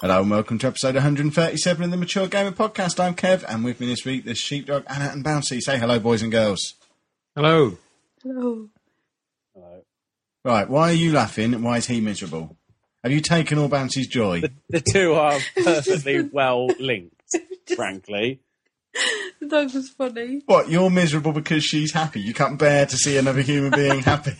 Hello and welcome to episode 137 of the Mature Gamer Podcast. I'm Kev, and with me this week, the sheepdog Anna and Bouncy. Say hello, boys and girls. Hello. Hello. Right, why are you laughing? and Why is he miserable? Have you taken all Bouncy's joy? The two are perfectly well linked, frankly. That was funny. What? You're miserable because she's happy. You can't bear to see another human being happy.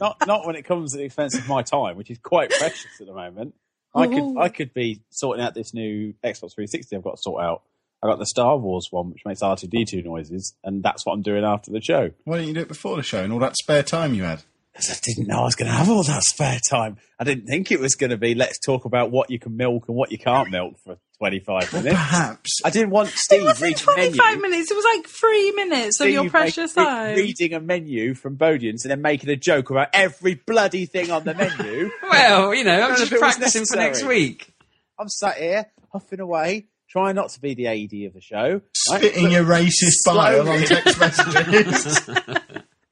Not not when it comes at the expense of my time, which is quite precious at the moment. I could Oh. I could be sorting out this new Xbox 360 I've got to sort out. I got the Star Wars one, which makes R2D2 noises, and that's what I'm doing after the show. Why didn't you do it before the show and all that spare time you had? Because I didn't know I was going to have all that spare time. I didn't think it was going to be let's talk about what you can milk and what you can't milk for 25 minutes. Perhaps. I didn't want It Steve wasn't reading a 25 menu. minutes, it was like three minutes of So your you precious make- time. Reading a menu from Bodians and then making a joke about every bloody thing on the menu. Well, you know, I'm None just of it was practicing for necessary. next week. I'm sat here huffing away, trying not to be the AD of the show. Spitting your racist bile on text messages.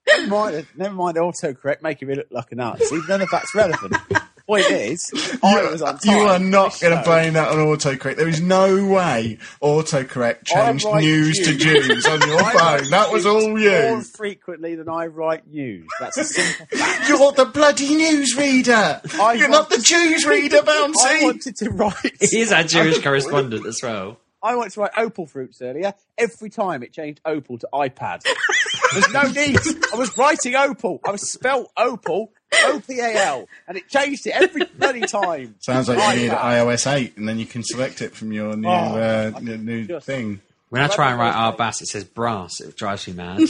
Never mind, never mind autocorrect making me look like a Nazi. None of that's relevant. The point is, I was on You time are for not the going to show. blame that on autocorrect. There is no way autocorrect changed write news to Jews on your I write phone. That was all More you. frequently than I write news. That's a simple You're the bloody news reader. I You're not the Jews reader, I Bouncy. wanted to write He is our Jewish correspondent as well. I wanted to write Opal Fruits earlier. Every time it changed Opal to iPad. There's no need. I was writing Opal. I was spelt Opal, O P A L, and it changed it every bloody time. Sounds like you need iPad. iOS 8, and then you can select it from your new Oh, uh, n- new just- thing. When I try and write our bass, it says brass. It drives me mad.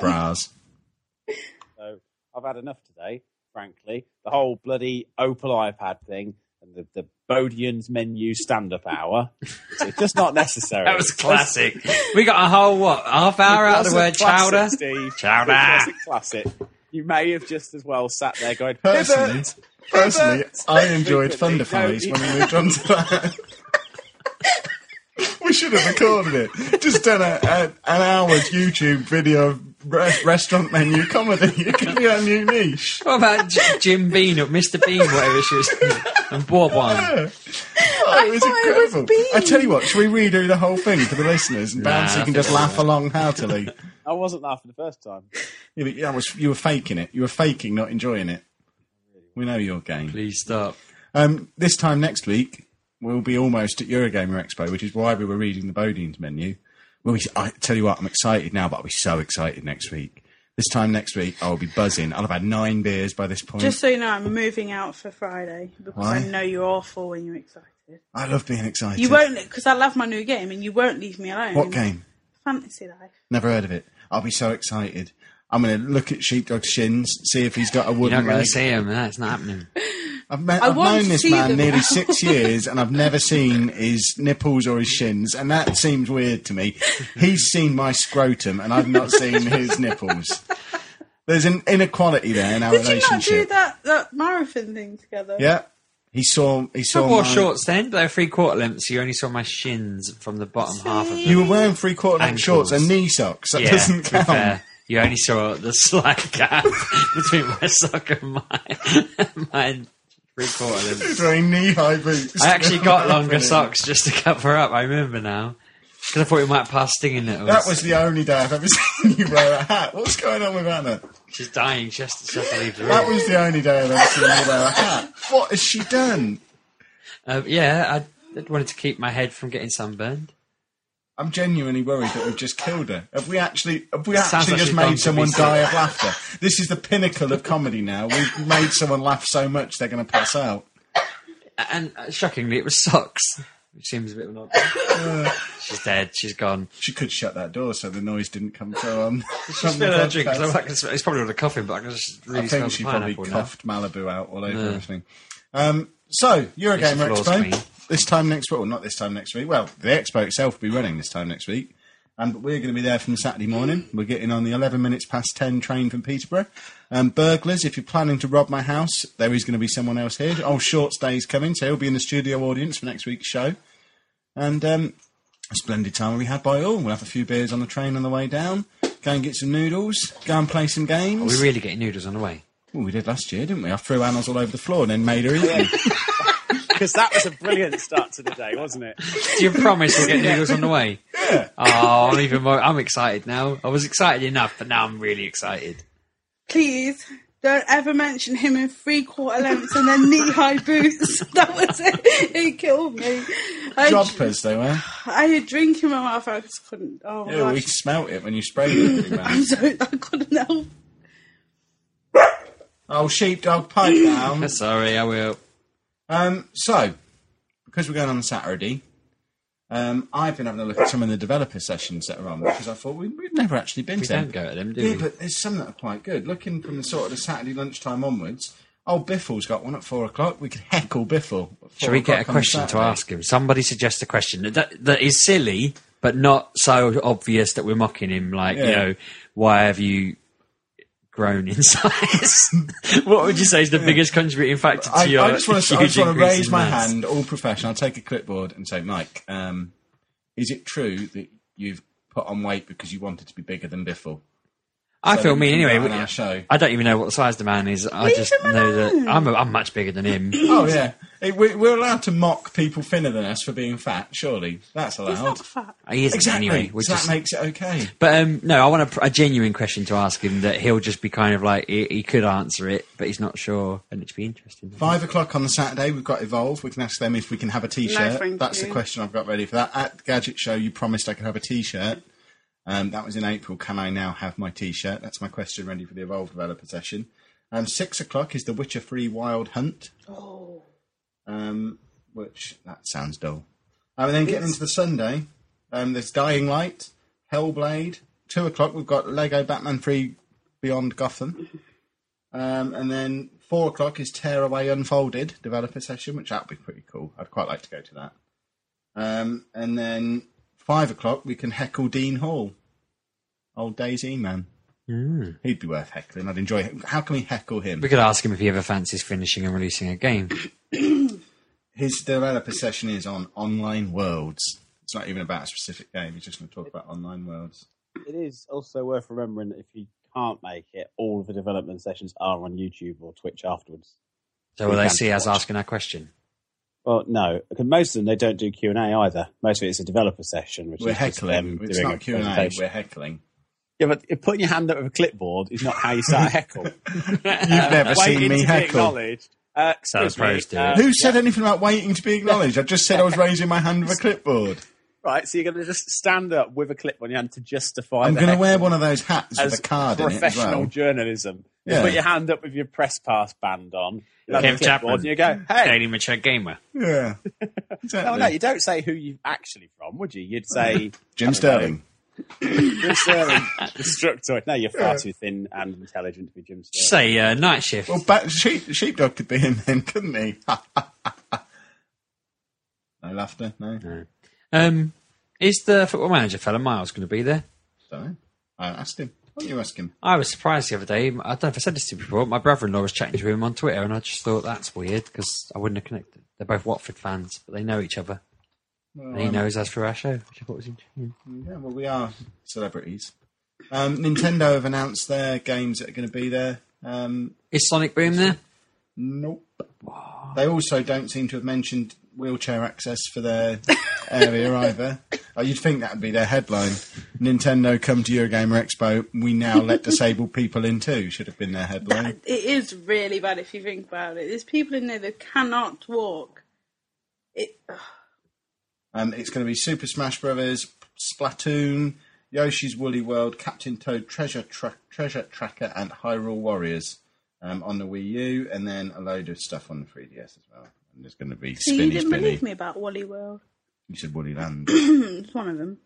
Bras. So I've had enough today, frankly. The whole bloody Opal iPad thing and the, the Bodian's menu stand up hour. It's just not necessary. That was classic. We got a whole, what, half hour out of the word Classic, classic, chowder? Steve. Chowder. Classic, classic. You may have just as well sat there going, Personally, "Pivot." personally, Pivot. I enjoyed Thunder Frequently, Thighs no, when we moved on to that. we should have recorded it. Just done a, a, an hour's YouTube video of re- restaurant menu comedy. It could be our new niche. What about J- Jim Bean or Mr. Bean, whatever she was, and Bob one? Oh, it was thought it was incredible. Bean. I tell you what, should we redo the whole thing for the listeners? And Nah, Bouncy I can think just we'll laugh do along heartily. I wasn't laughing the first time. Yeah, but that was, you were faking it. You were faking not enjoying it. We know your game. Please stop. Um, this time next week, we'll be almost at Eurogamer Expo, which is why we were reading the Bodine's menu. We'll be, I tell you what, I'm excited now, but I'll be so excited next week. This time next week, I'll be buzzing. I'll have had nine beers by this point. Just so you know, I'm moving out for Friday because Why? I know you're awful when you're excited. I love being excited. You won't, because I love my new game and you won't leave me alone. What game? Fantasy Life. Never heard of it. I'll be so excited. I'm going to look at Sheepdog's shins, see if he's got a You're wooden not going leg. to see him. That's not happening. I've, met, I I've want known to this see man them. nearly six years, and I've never seen his nipples or his shins, and that seems weird to me. He's seen my scrotum, and I've not seen his nipples. There's an inequality there in our Did you not relationship. do that, that marathon thing together? Yeah, he saw. He I saw. wore my- shorts then. They were three quarter lengths, so you only saw my shins from the bottom half of them. You were wearing three quarter length Ankles. shorts and knee socks. That yeah, doesn't to be count. fair, you only saw the slight gap between my sock and my, my three quarter length. He's wearing knee high boots. I actually got longer Brilliant. socks just to cover up. I remember now because I thought we might pass stinging nettles. That was the only day I've ever seen you wear a hat. What's going on with Anna? she's dying. She has to, she has to leave the That room. was the only day I've ever seen you wear a hat. What has she done? Um, yeah, I, I wanted to keep my head from getting sunburned. I'm genuinely worried that we've just killed her. Have we actually? Have we sounds actually like just she's gone made to someone be die of laughter? This is the pinnacle of comedy. Now we've made someone laugh so much they're going to pass out. A- And uh, shockingly, it was socks, which seems a bit of an odd. she's dead. She's gone. She could shut that door so the noise didn't come through. On She's still her drink. 'cause I can smell- it's probably all the coughing, but I can just really I smell think the she probably pineapple now. coughed Malibu out all over everything. Um, so Eurogamer It's a floor Expo screen. this time next week. Well, not this time next week. Well, the expo itself will be running this time next week, and but we're going to be there from Saturday morning. We're getting on the eleven minutes past ten train from Peterborough. Um, burglars, if you're planning to rob my house, there is going to be someone else here. Oh, Shorts Day's coming, so he'll be in the studio audience for next week's show. And um, a splendid time will be had by all. We'll have a few beers on the train on the way down. Go and get some noodles. Go and play some games. We're really getting noodles on the way. Well, we did last year, didn't we? I threw animals all over the floor and then made her eat them. because that was a brilliant start to the day, wasn't it? Do you promise we'll get noodles on the way? Oh, I'm even more. I'm excited now. I was excited enough, but now I'm really excited. Please don't ever mention him in three quarter lengths and then knee high boots. That was it. It killed me. I, Jumpers they were. I had drink in my mouth. I just couldn't. Oh my Ew, we gosh. smelt it when you sprayed it everywhere. I'm so I couldn't help. oh, sheepdog pipe down. Sorry, I will. Um, so, because we're going on Saturday, um, I've been having a look at some of the developer sessions that are on because I thought we, we've never actually been We to them. don't go to them, do Yeah, we? but there's some that are quite good. Looking from the sort of the Saturday lunchtime onwards, old Biffle's got one at four o'clock. We could heckle Biffle. at Shall four we get a o'clock on question to Saturday. ask him? Somebody suggest a question that- that, that is silly, but not so obvious that we're mocking him. Like, you Yeah. know, why have you grown in size? what would you say is the biggest contributing factor to I, your I just want to, I huge just want to increase raise in my mass? hand, all professional. I'll take a clipboard and say, Mike, um, is it true that you've put on weight because you wanted to be bigger than Biffle? I So feel we mean can anyway. go on wouldn't our you? show. I don't even know what the size the man is. I Leave just him know alone. that I'm, a, I'm much bigger than him. Oh yeah, It- we, we're allowed to mock people thinner than us for being fat. Surely that's He's allowed. not fat. He isn't Exactly. anyway. We're so just- that makes it okay. But um, no, I want a, pr- a genuine question to ask him that he'll just be kind of like he, he could answer it, but he's not sure, and it'd be interesting. Five o'clock on the Saturday, we've got Evolve. We can ask them if we can have a T-shirt. No, thank That's the you. question I've got ready for that. At the Gadget Show, you promised I could have a T-shirt. Um, that was in April. Can I now have my T-shirt? That's my question ready for the Evolve developer session. Um, six o'clock is the Witcher Free Wild Hunt, Oh, um, which that sounds dull. Um, and then getting into the Sunday, um, there's Dying Light, Hellblade. Two o'clock, we've got Lego Batman Free Beyond Gotham. Um, and then four o'clock is Tearaway Unfolded developer session, which that'd be pretty cool. I'd quite like to go to that. Um, and then five o'clock we can heckle Dean Hall, old Daisy man. Mm. He'd be worth heckling. I'd enjoy. How can we heckle him? We could ask him if he ever fancies finishing and releasing a game. His developer session is on online worlds. It's not even about a specific game. He's just going to talk about online worlds. It is also worth remembering that if you can't make it, all of the development sessions are on YouTube or Twitch afterwards. So will they can see us watch. asking our question? Well, no, because most of them they don't do Q and A either. Most of it is a developer session, which We're is just them heckling. It's doing not a Q and A. presentation. We're heckling. Yeah, but if putting your hand up with a clipboard is not how you start a heckle. You've never seen me heckle. Uh, Sounds excuse me, pros do it. uh, Who said anything about waiting to be acknowledged? I just said I was raising my hand with a clipboard. Right, so you're going to just stand up with a clip on your hand to justify. I'm the going to heckle wear one of those hats as with a card in it as professional well. journalism. You Yeah. put your hand up with your press pass band on. You have a Kev clipboard Chapman. And you go, hey, Daily Mature Gamer. Yeah. Exactly. No, no, you don't say who you're actually from, would you? You'd say Jim Sterling. Jim Sterling, Destructoid. No, you're far too thin and intelligent to be Jim Sterling. Say uh, night shift. Well, back, sheep, sheepdog could be him then, couldn't he? no laughter, no. Um, is the football manager fella Miles going to be there? Sorry. I asked him. Why don't you ask him? I was surprised the other day. I don't know if I said this to you before. My brother-in-law was chatting to him on Twitter, and I just thought that's weird because I wouldn't have connected. They're both Watford fans, but they know each other. Well, And he knows us for our show, which I thought was interesting. um, yeah, well, we are celebrities. Um, Nintendo have announced their games that are going to be there. Um, Is Sonic Boom there? nope. They also don't seem to have mentioned wheelchair access for their area either. Oh, you'd think that would be their headline. Nintendo come to Eurogamer Expo. We now let disabled people in too. Should have been their headline. it is really bad if you think about it. There's people in there that cannot walk. It. Oh, Um, it's going to be Super Smash Brothers, Splatoon, Yoshi's Woolly World, Captain Toad, Treasure Tra- Treasure Tracker, and Hyrule Warriors um, on the Wii U, and then a load of stuff on the 3DS as well. And there's going to be So Spinny you didn't Spinny. believe me about Wally World. You said Woolly Land. It's one of them.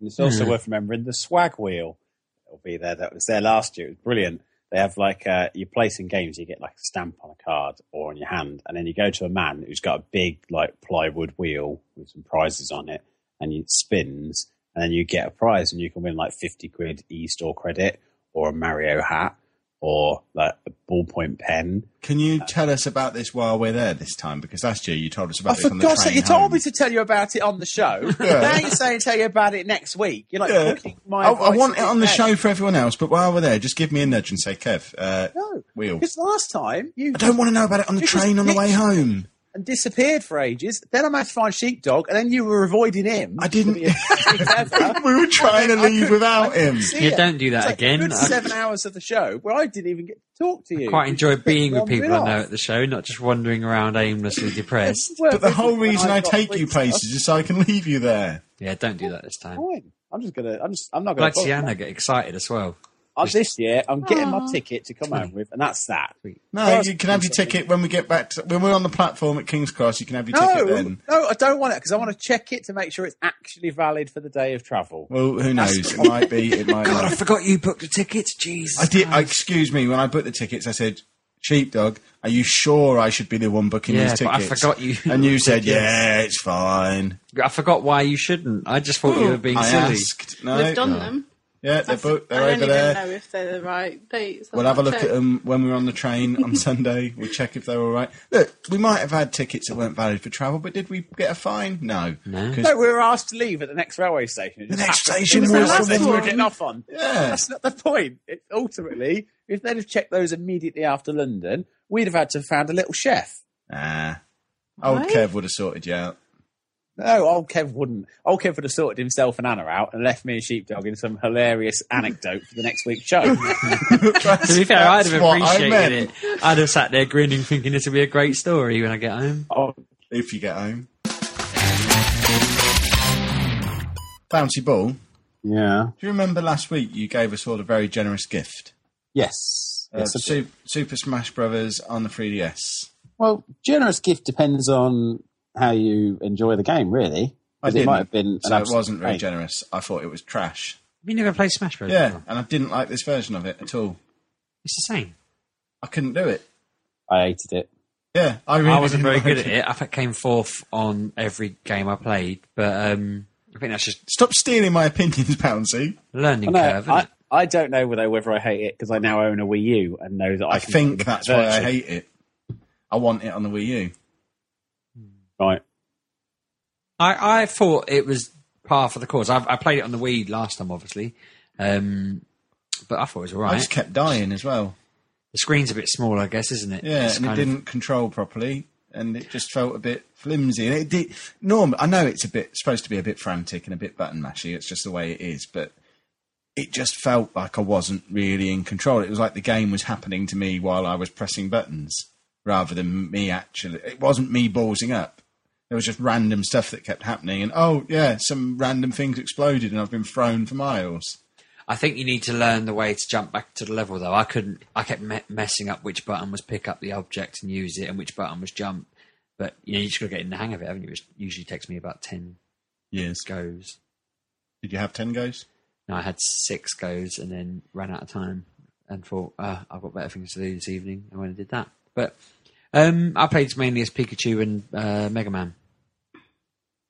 And it's also worth remembering the swag wheel will be there. That was there last year. It was brilliant. They have like uh, you play some games, you get like a stamp on a card or on your hand, and then you go to a man who's got a big like plywood wheel with some prizes on it, and it spins, and then you get a prize, and you can win like fifty quid e-store credit or a Mario hat or like a ballpoint pen. Can you tell us about this while we're there this time? Because last year you told us about I this on the train forgot that you home. told me to tell you about it on the show. Now you're saying tell you about it next week. You're like, Yeah. booking my I, Oh, I advice want it on the next. show for everyone else, but while we're there, just give me a nudge and say, Kev, uh, No, wheel. because last time you I don't want to know about it on the It was train on the way literally- home. and disappeared for ages. Then I managed to find Sheepdog, and then you were avoiding him. I didn't. To be clever. we were trying to I leave without him. See You ya. don't do that It's like a again. good I- seven hours of the show where I didn't even get to talk to you. Quite enjoy being with one bit people I know off. at the show, not just wandering around aimlessly depressed. Well, But the this whole is when reason I got take you wicked. places is so I can leave you there. Yeah, don't do that this time. Fine. I'm just gonna. I'm just. I'm not I'd gonna. like to see Anna get excited as well. Uh, this year, I'm getting my Aw. ticket to come home with, and that's that. No, First- you can have your ticket when we get back. To, when we're on the platform at King's Cross, you can have your No, ticket then. no, I don't want it because I want to check it to make sure it's actually valid for the day of travel. Well, who knows? It might be. It might God, I not. forgot you booked the tickets. Jeez. I did. I, excuse me. When I booked the tickets, I said, "Sheepdog, are you sure I should be the one booking Yeah, these but I tickets?" forgot you- And you said, Yes. "Yeah, it's fine." I forgot why you shouldn't. I just thought you were being I silly. asked. No, We've done them. Yeah, they're booked. They're I don't over even there. know if they're the right dates. We'll have a look at them when we're on the train on Sunday. We'll check if they're all right. Look, we might have had tickets that weren't valid for travel, but did we get a fine? No. No. 'Cause- No, we were asked to leave at the next railway station. It The just next happened. station It was the last the thing we were one. getting off on. Yeah. That's not the point. It, ultimately, if they'd have checked those immediately after London, we'd have had to have found a little chef. Ah. Old Right. Kev would have sorted you out. No, old Kev wouldn't. Old Kev would have sorted himself and Anna out and left me and Sheepdog in some hilarious anecdote for the next week's show. To be fair, I'd That's have what I appreciated meant. it. I'd have sat there grinning, thinking this would be a great story when I get home. oh, If you get home. Bouncy ball. Do yeah. you remember last week you gave us all a very generous gift? Yes. Uh, Yes, I do. Su- Super Smash Brothers on the 3DS. Well, generous gift depends on how you enjoy the game, really. I 'Cause it didn't, might have been. so an it abs- wasn't very Hey, generous. I thought it was trash. Have you never played Smash Bros? Yeah, before? and I didn't like this version of it at all. It's the same. I couldn't do it. I hated it. Yeah, I really I wasn't didn't very like good at it. I think I came fourth on every game I played, but um, I think that's just Stop stealing my opinions, Pouncy. learning No, curve. I, isn't it? I don't know whether whether I hate it because I now own a Wii U and know that I, I can think get that's that why I version. hate it. I want it on the Wii U. Right. I, I thought it was par for the course. I, I played it on the Wii last time, obviously, um, but I thought it was I alright. just kept dying as well. The screen's a bit small, I guess, isn't it? Yeah, It's and it kind of- didn't control properly, and it just felt a bit flimsy. And it did. Norm, I know it's a bit supposed to be a bit frantic and a bit button mashy. It's just the way it is, but it just felt like I wasn't really in control. It was like the game was happening to me while I was pressing buttons, rather than me actually. It wasn't me ballsing up. There was just random stuff that kept happening, and oh yeah, some random things exploded, and I've been thrown for miles. I think you need to learn the way to jump back to the level, though. I couldn't. I kept me- messing up which button was pick up the object and use it, and which button was jump. But you know, you just got to get in the hang of it, haven't you? It usually takes me about ten Yes. goes. Did you have ten goes? No, I had six goes and then ran out of time and thought, uh, I've got better things to do this evening. And when I did that, but um, I played mainly as Pikachu and uh, Mega Man.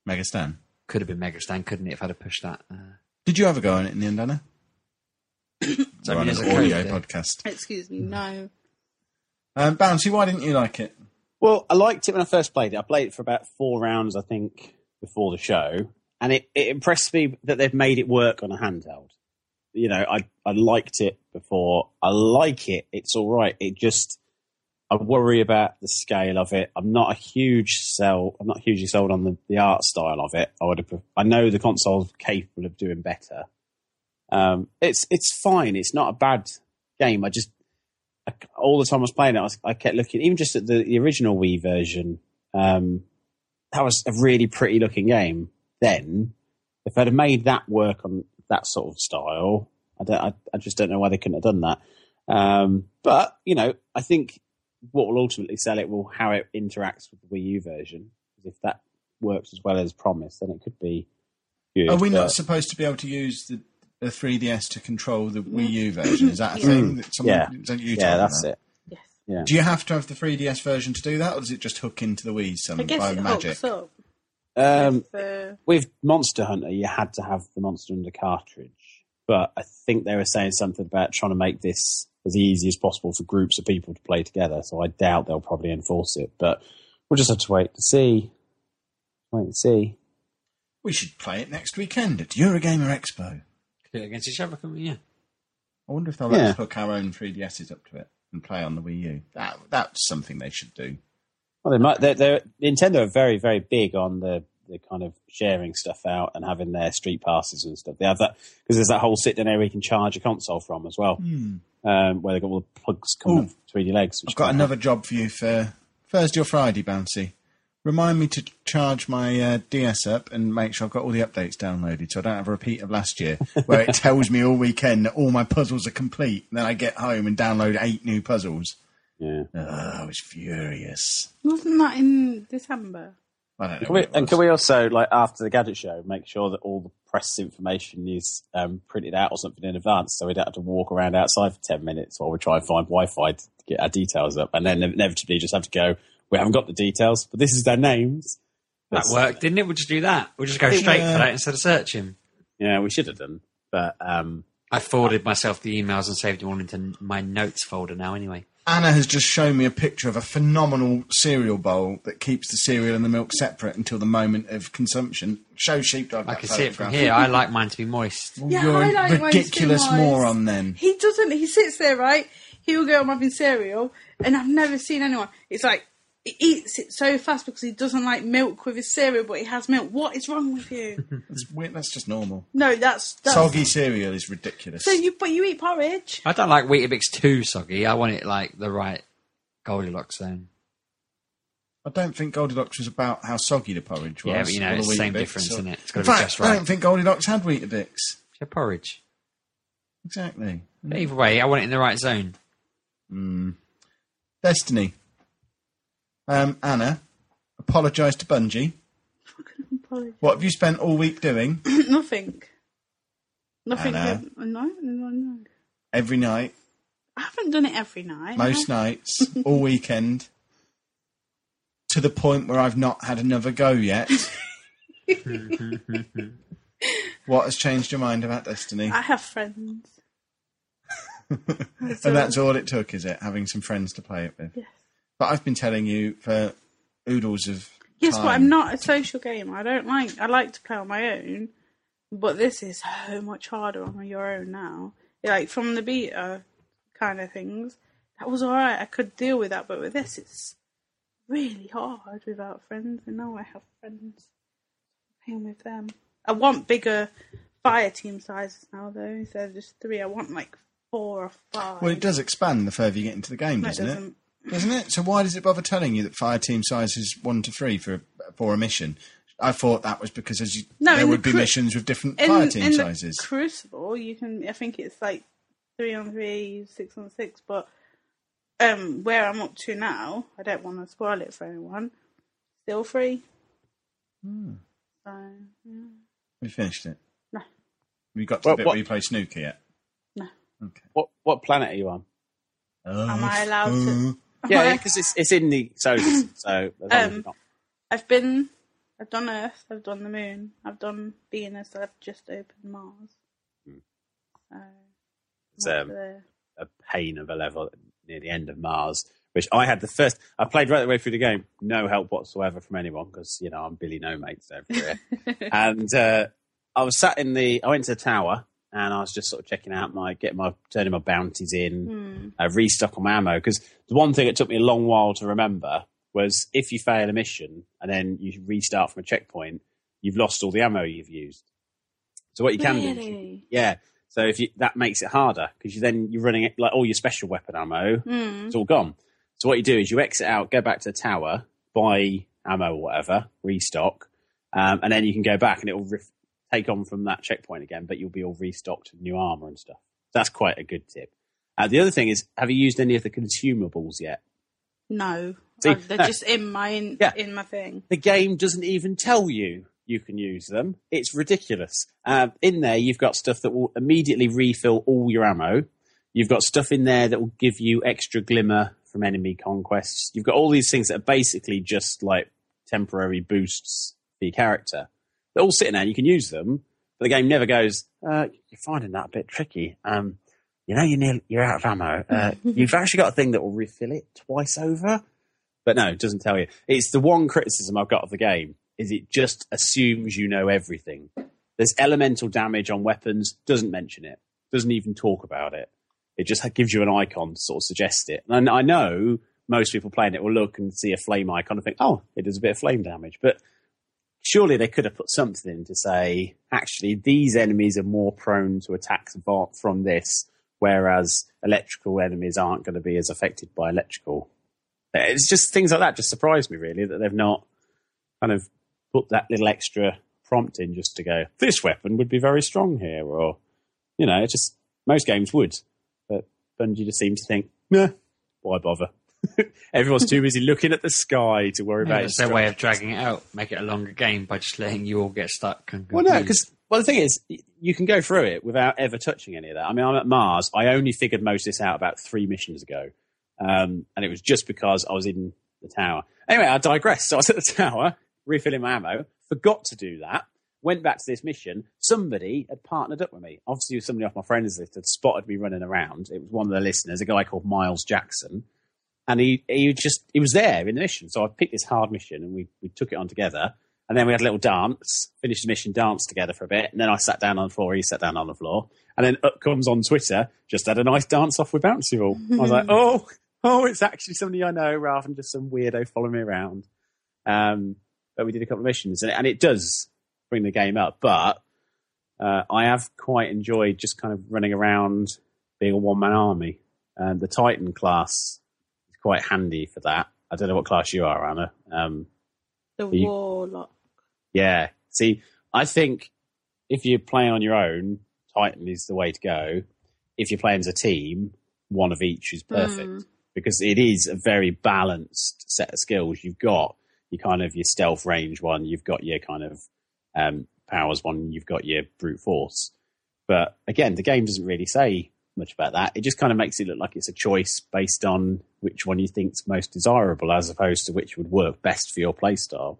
Mega Stan. Could have been Mega Stan, couldn't it? If I'd have pushed that. Uh, Did you have a go on it in the end, Anna? so We're on there's an a code audio there. podcast. Excuse Hmm. me, no. Um, Bouncy, why didn't you like it? Well, I liked it when I first played it. I played it for about four rounds, I think, before the show, and it, it impressed me that they've made it work on a handheld. You know, I I liked it before. I like it. It's all right. It just I worry about the scale of it. I'm not a huge sell. I'm not hugely sold on the, the art style of it. I would have. pref- I know the console's capable of doing better. Um, it's it's fine. It's not a bad game. I just I, all the time I was playing it, I, was, I kept looking, even just at the, the original Wii version. Um, that was a really pretty looking game. Then, if I'd have made that work on that sort of style, I don't, I, I just don't know why they couldn't have done that. Um, but you know, I think what will ultimately sell it will how it interacts with the Wii U version. 'Cause If that works as well as promised, then it could be. Good, Are we but- not supposed to be able to use the, the 3DS to control the Wii U version? Is that a thing? That someone, Yeah. is that you Yeah, talking that's about? it. Yes. Do you have to have the 3DS version to do that, or does it just hook into the Wii some I guess Hmm. by it magic? hooks up. uh, Um, So, with Monster Hunter, you had to have the Monster Hunter cartridge, but I think they were saying something about trying to make this as easy as possible for groups of people to play together. So I doubt they'll probably enforce it, but we'll just have to wait to see. Wait and see. We should play it next weekend at Eurogamer Expo. Do it against each other, couldn't we? Yeah. I wonder if they'll let Yeah. us hook our own 3DSs up to it and play on the Wii U. That that's something they should do. Well, they might. They're, they're, Nintendo are very, very big on the, the kind of sharing stuff out and having their street passes and stuff. They have that because there's that whole sit down area you can charge a console from as well, um, where they've got all the plugs coming Hmm. Ooh. up between your legs. Which I've got might- another job for you for Thursday or Friday, Bouncy. Remind me to charge my uh, DS up and make sure I've got all the updates downloaded so I don't have a repeat of last year where it tells me all weekend that all my puzzles are complete. And then I get home and download eight new puzzles. Yeah. Oh, I was furious. Wasn't that in December? I don't know. Can what we, it and was. can we also, like after the gadget show, make sure that all the press information is um, printed out or something in advance, so we don't have to walk around outside for ten minutes while we try and find Wi-Fi to get our details up, and then inevitably just have to go. We haven't got the details, but this is their names. That That's- worked, didn't it? We'll just do that. We'll just go It straight worked. for that instead of searching. Yeah, we should have done, but um, I forwarded myself the emails and saved them all into my notes folder now. Anyway, Anna has just shown me a picture of a phenomenal cereal bowl that keeps the cereal and the milk separate until the moment of consumption. Show sheepdog. I that can see it from photograph. here. I like mine to be moist. Well, Yeah, You're I a like mine to be ridiculous moist. moron then. He doesn't. He sits there, right? He will go, I'm having cereal, and I've never seen anyone. It's like, he eats it so fast because he doesn't like milk with his cereal, but he has milk. What is wrong with you? That's, weird. that's just normal. no, that's. that's Soggy cereal is ridiculous. So you, but you eat porridge? I don't like Weetabix too soggy. I want it like the right Goldilocks zone. I don't think Goldilocks was about how soggy the porridge was. Yeah, but you know, or the it's the same Weetabix, difference, or- isn't it? It's In got to be fact, just I right. don't think Goldilocks had Weetabix. So porridge. Exactly. But either way, I want it in the right zone. Destiny. Um, Anna, apologise to Bungie. Fucking porridge. What have you spent all week doing? Nothing. Nothing. Hello. um, No, no, no. Every night, I haven't done it every night. most I- nights, all weekend, to the point where I've not had another go yet. what has changed your mind about Destiny? I have friends. and that's all it took, is it? Having some friends to play it with. Yes. But I've been telling you for oodles of. Yes, but I'm time. not a social gamer. I don't like. I like to play on my own, but this is so much harder on your own now. Like from the beta kind of things, that was all right. I could deal with that, but with this, it's really hard without friends. And now I have friends. Playing with them. I want bigger fire team sizes now, though. Instead of just three, I want like four or five. Well, it does expand the further you get into the game, No, it doesn't, doesn't. it? Doesn't it? So why does it bother telling you that fire team size is one to three for for a mission? I thought that was because as you, No, there in would the be cru- missions with different in, fire team in sizes. The Crucible, you can. I think it's like three on three, six on six. But um, where I'm up to now, I don't want to spoil it for anyone. Still free. Hmm. So yeah. we finished it. No. We got to Well, the bit what- where you play snooker yet. No. Okay. Oh, what what planet are you on? Am I allowed oh. to- Yeah, Right. because it's it's in the solar system, so as long as Um, you're not- I've been. I've done Earth. I've done the Moon. I've done Venus. I've just opened Mars. Hmm. So it's, that's um, the- a pain of a level near the end of Mars, which I had the first. I played right the way through the game, no help whatsoever from anyone because you know I'm Billy No Mates over here. and uh, I was sat in the. I went to the tower and I was just sort of checking out my getting my turning my bounties Hmm. in, uh, restock on my ammo because the one thing that took me a long while to remember was if you fail a mission and then you restart from a checkpoint, you've lost all the ammo you've used. So what you can do. is- Really? yeah. So if you, that makes it harder because you then you're running it like all your special weapon ammo, Mm-hmm. Hmm. it's all gone. So what you do is you exit out, go back to the tower, buy ammo or whatever, restock, um, and then you can go back and it'll ref- take on from that checkpoint again, but you'll be all restocked with new armor and stuff. That's quite a good tip. Uh, the other thing is, have you used any of the consumables yet? no. See, Uh, they're no. just in my in, Yeah. in my thing. the game doesn't even tell you you can use them. It's ridiculous. Um, in there, you've got stuff that will immediately refill all your ammo. You've got stuff in there that will give you extra glimmer from enemy conquests. You've got all these things that are basically just like temporary boosts for your character. They're all sitting there and you can use them, but the game never goes, uh, you're finding that a bit tricky. Um, you know, you're, near, you're out of ammo. Uh, you've actually got a thing that will refill it twice over. But no, it doesn't tell you. It's the one criticism I've got of the game is it just assumes you know everything. There's elemental damage on weapons, doesn't mention it, doesn't even talk about it. It just gives you an icon to sort of suggest it. And I know most people playing it will look and see a flame icon and think, oh, it does a bit of flame damage. But surely they could have put something in to say, actually, these enemies are more prone to attacks va- from this, whereas electrical enemies aren't going to be as affected by electrical. Eh, It's just things like that just surprised me, really, that they've not kind of put that little extra prompt in just to go, this weapon would be very strong here, or, you know, it just, most games would. But Bungie just seemed to think, nah, why bother? Everyone's too busy looking at the sky to worry about That's their it. way of dragging it out, make it a longer game by just letting you all get stuck. And Well, no, confused. because well, the thing is, y- you can go through it without ever touching any of that. I mean, I'm at Mars. I only figured most of this out about three missions ago, um, and it was just because I was in the tower. Anyway, I digress. So I was at the tower refilling my ammo. Forgot to do that. Went back to this mission. Somebody had partnered up with me. Obviously, it was somebody off my friends list had spotted me running around. It was one of the listeners, a guy called Miles Jackson, and he he was just he was there in the mission. So I picked this hard mission, and we we took it on together. And then we had a little dance, finished the mission, danced together for a bit. And then I sat down on the floor, he sat down on the floor. And then up comes on Twitter, just had a nice dance off with Bouncy Ball. I was like, oh, oh, it's actually somebody I know rather than just some weirdo following me around. Um, but we did a couple of missions and it, and it does bring the game up. But uh, I have quite enjoyed just kind of running around being a one man army. And the Titan class is quite handy for that. I don't know what class you are, Anna. Um, The You- warlock. yeah. See, I think if you're playing on your own, Titan is the way to go. If you're playing as a team, one of each is perfect Mm. because it is a very balanced set of skills. You've got your kind of your stealth range one, you've got your kind of um, powers one, you've got your brute force. But again, the game doesn't really say much about that. It just kind of makes it look like it's a choice based on which one you think's most desirable, as opposed to which would work best for your playstyle.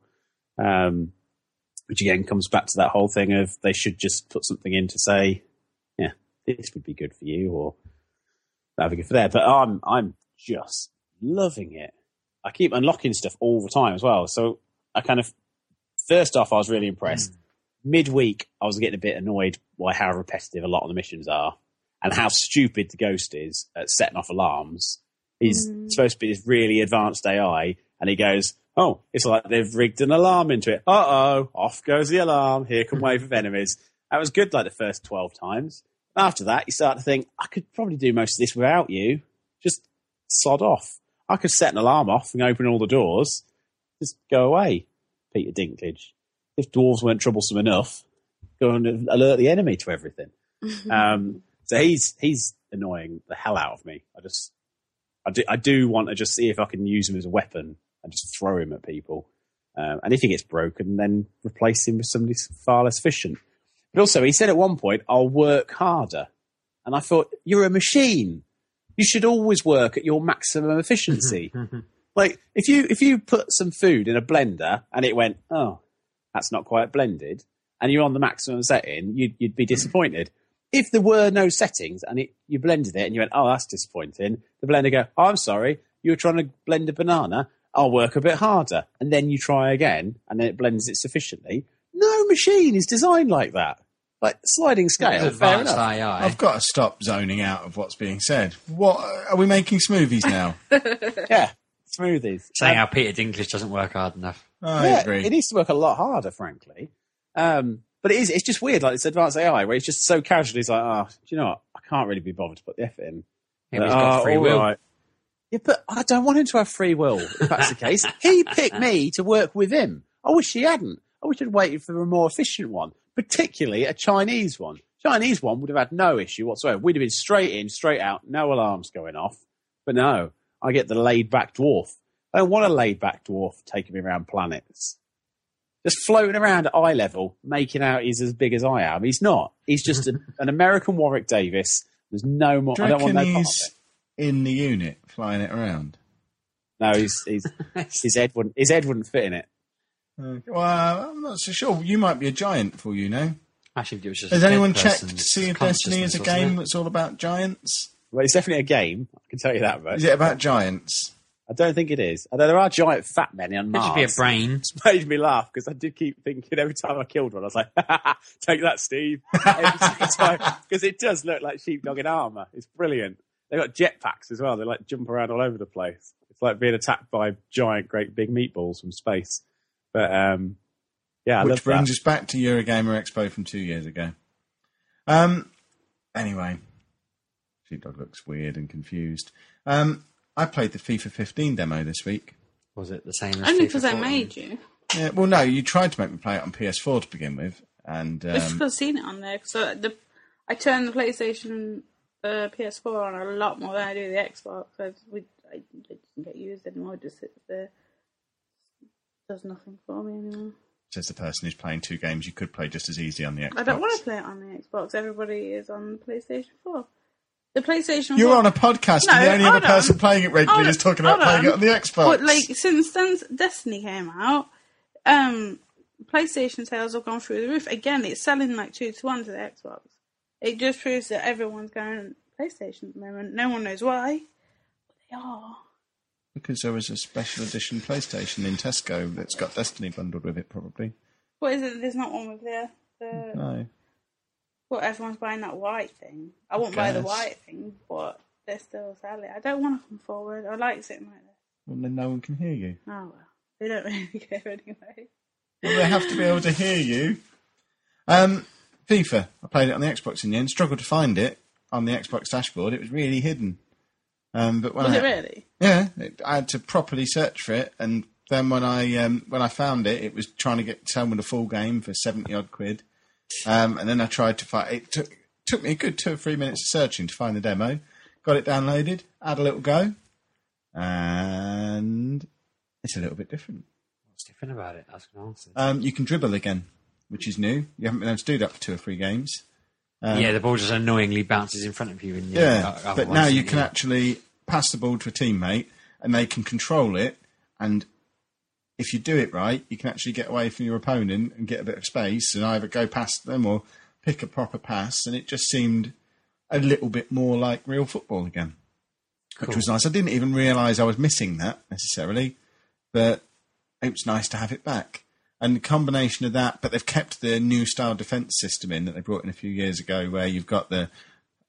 Um, which again comes back to that whole thing of they should just put something in to say, yeah, this would be good for you, or that'd be good for there. But I'm I'm just loving it. I keep unlocking stuff all the time as well. So I kind of first off, I was really impressed. Midweek, I was getting a bit annoyed by how repetitive a lot of the missions are, and how stupid the ghost is at setting off alarms. He's Mm. supposed to be this really advanced AI, and he goes, "Oh, it's like they've rigged an alarm into it. Uh oh, off goes the alarm. Here come wave of enemies." That was good, like the first twelve times. After that, you start to think, "I could probably do most of this without you. Just sod off. I could set an alarm off and open all the doors. Just go away, Peter Dinklage. If dwarves weren't troublesome enough, go and alert the enemy to everything. um, so he's he's annoying the hell out of me. I just I do I do want to just see if I can use him as a weapon and just throw him at people. Um, and if he gets broken, then replace him with somebody far less efficient. But also, he said at one point, "I'll work harder," and I thought, "You're a machine. You should always work at your maximum efficiency." like if you if you put some food in a blender and it went, "Oh, that's not quite blended," and you're on the maximum setting, you'd you'd be disappointed. If there were no settings and it, you blended it and you went, "Oh, that's disappointing," the blender go, oh, "I'm sorry, you were trying to blend a banana. I'll work a bit harder," and then you try again, and then it blends it sufficiently. No machine is designed like that. Like sliding It's scale, fair advanced enough. AI. I've got to stop zoning out of what's being said. What are we making smoothies now? Yeah, smoothies. Um, saying how Peter Dinklage doesn't work hard enough. I yeah, agree. It needs to work a lot harder, frankly. Um, but it is, it's just weird, like this advanced AI, where it's just so casually, it's like, oh, do you know what? I can't really be bothered to put the effort in. Maybe he's got "Oh, free all will. right." Yeah, but I don't want him to have free will, if that's the case. he picked me to work with him. I wish he hadn't. I wish I'd waited for a more efficient one, particularly a Chinese one. Chinese one would have had no issue whatsoever. We'd have been straight in, straight out, no alarms going off. But no, I get the laid back dwarf. I don't want a laid back dwarf taking me around planets. Just floating around at eye level, making out he's as big as I am. He's not. He's just a, an American Warwick Davis. There's no more. Do I you don't reckon want no part of he's it. in the unit flying it around? No, he's, he's his head wouldn't his head wouldn't fit in it. Uh, well, I'm not so sure. You might be a giant for all you know. Actually, it was just a Has dead anyone checked to person's see if Destiny is a consciousness, game wasn't that's all about giants? Well, it's definitely a game. I can tell you that much. Is it about giants? I don't think it is. Although there are giant fat men on It It Mars. should be a brain. It's made me laugh because I did keep thinking every time I killed one, I was like, "Take that, Steve!" Because it does look like sheepdog in armor. It's brilliant. They've got jetpacks as well. They like jump around all over the place. It's like being attacked by giant, great big meatballs from space. But um, yeah, I Which love brings that. us back to Eurogamer Expo from two years ago. Um, anyway, Sheepdog looks weird and confused. Um, I played the FIFA 15 demo this week. Was it the same as Only FIFA because I 14? made you. Yeah, well, no, you tried to make me play it on PS4 to begin with, and It's um, because I've seen it on there. So the I turned the PlayStation and uh, PS4 on a lot more than I do the Xbox. I, just- we, I, it doesn't get used anymore. It just sits there. Does nothing for me anymore. says the person who's playing two games you could play just as easy on the Xbox. I don't want to play it on the Xbox. Everybody is on the PlayStation 4. The PlayStation 4. You're on a podcast, and No, the only hold other person on. playing it regularly Hold is on, talking about hold playing it on the Xbox. But like since since Destiny came out, um, PlayStation sales have gone through the roof. Again, it's selling like two to one to the Xbox. It just proves that everyone's going PlayStation at the moment. No one knows why. But they are. because there was a special edition PlayStation in Tesco that's got Destiny bundled with it, probably. What is it? There's not one with the the No, what everyone's buying that white thing. I won't buy the Guess. white thing, but they're still selling. I don't want to come forward. I like sitting like this. well then no one can hear you. Oh well, they don't really care anyway. Well, they have to be able to hear you. Um, FIFA. I played it on the Xbox in the end. Struggled to find it on the Xbox dashboard. It was really hidden. Um, but when Was I, it really? Yeah, it, I had to properly search for it, and then when I um, when I found it, it was trying to get someone the full game for seventy odd quid. Um, and then I tried to find it. Took took me a good two or three minutes of searching to find the demo. Got it downloaded, had a little go, and it's a little bit different. What's different about it? That's an answer. Um, you can dribble again, which is new. You haven't been able to do that for two or three games. Um, yeah, the ball just annoyingly bounces in front of you. And you Yeah, other but ones, now you yeah. can actually pass the ball to a teammate, and they can control it. And if you do it right, you can actually get away from your opponent and get a bit of space, and either go past them or pick a proper pass. And it just seemed a little bit more like real football again, which Cool. was nice. I didn't even realise I was missing that necessarily, but it was nice to have it back. And the combination of that, but they've kept the new style defence system in that they brought in a few years ago, where you've got the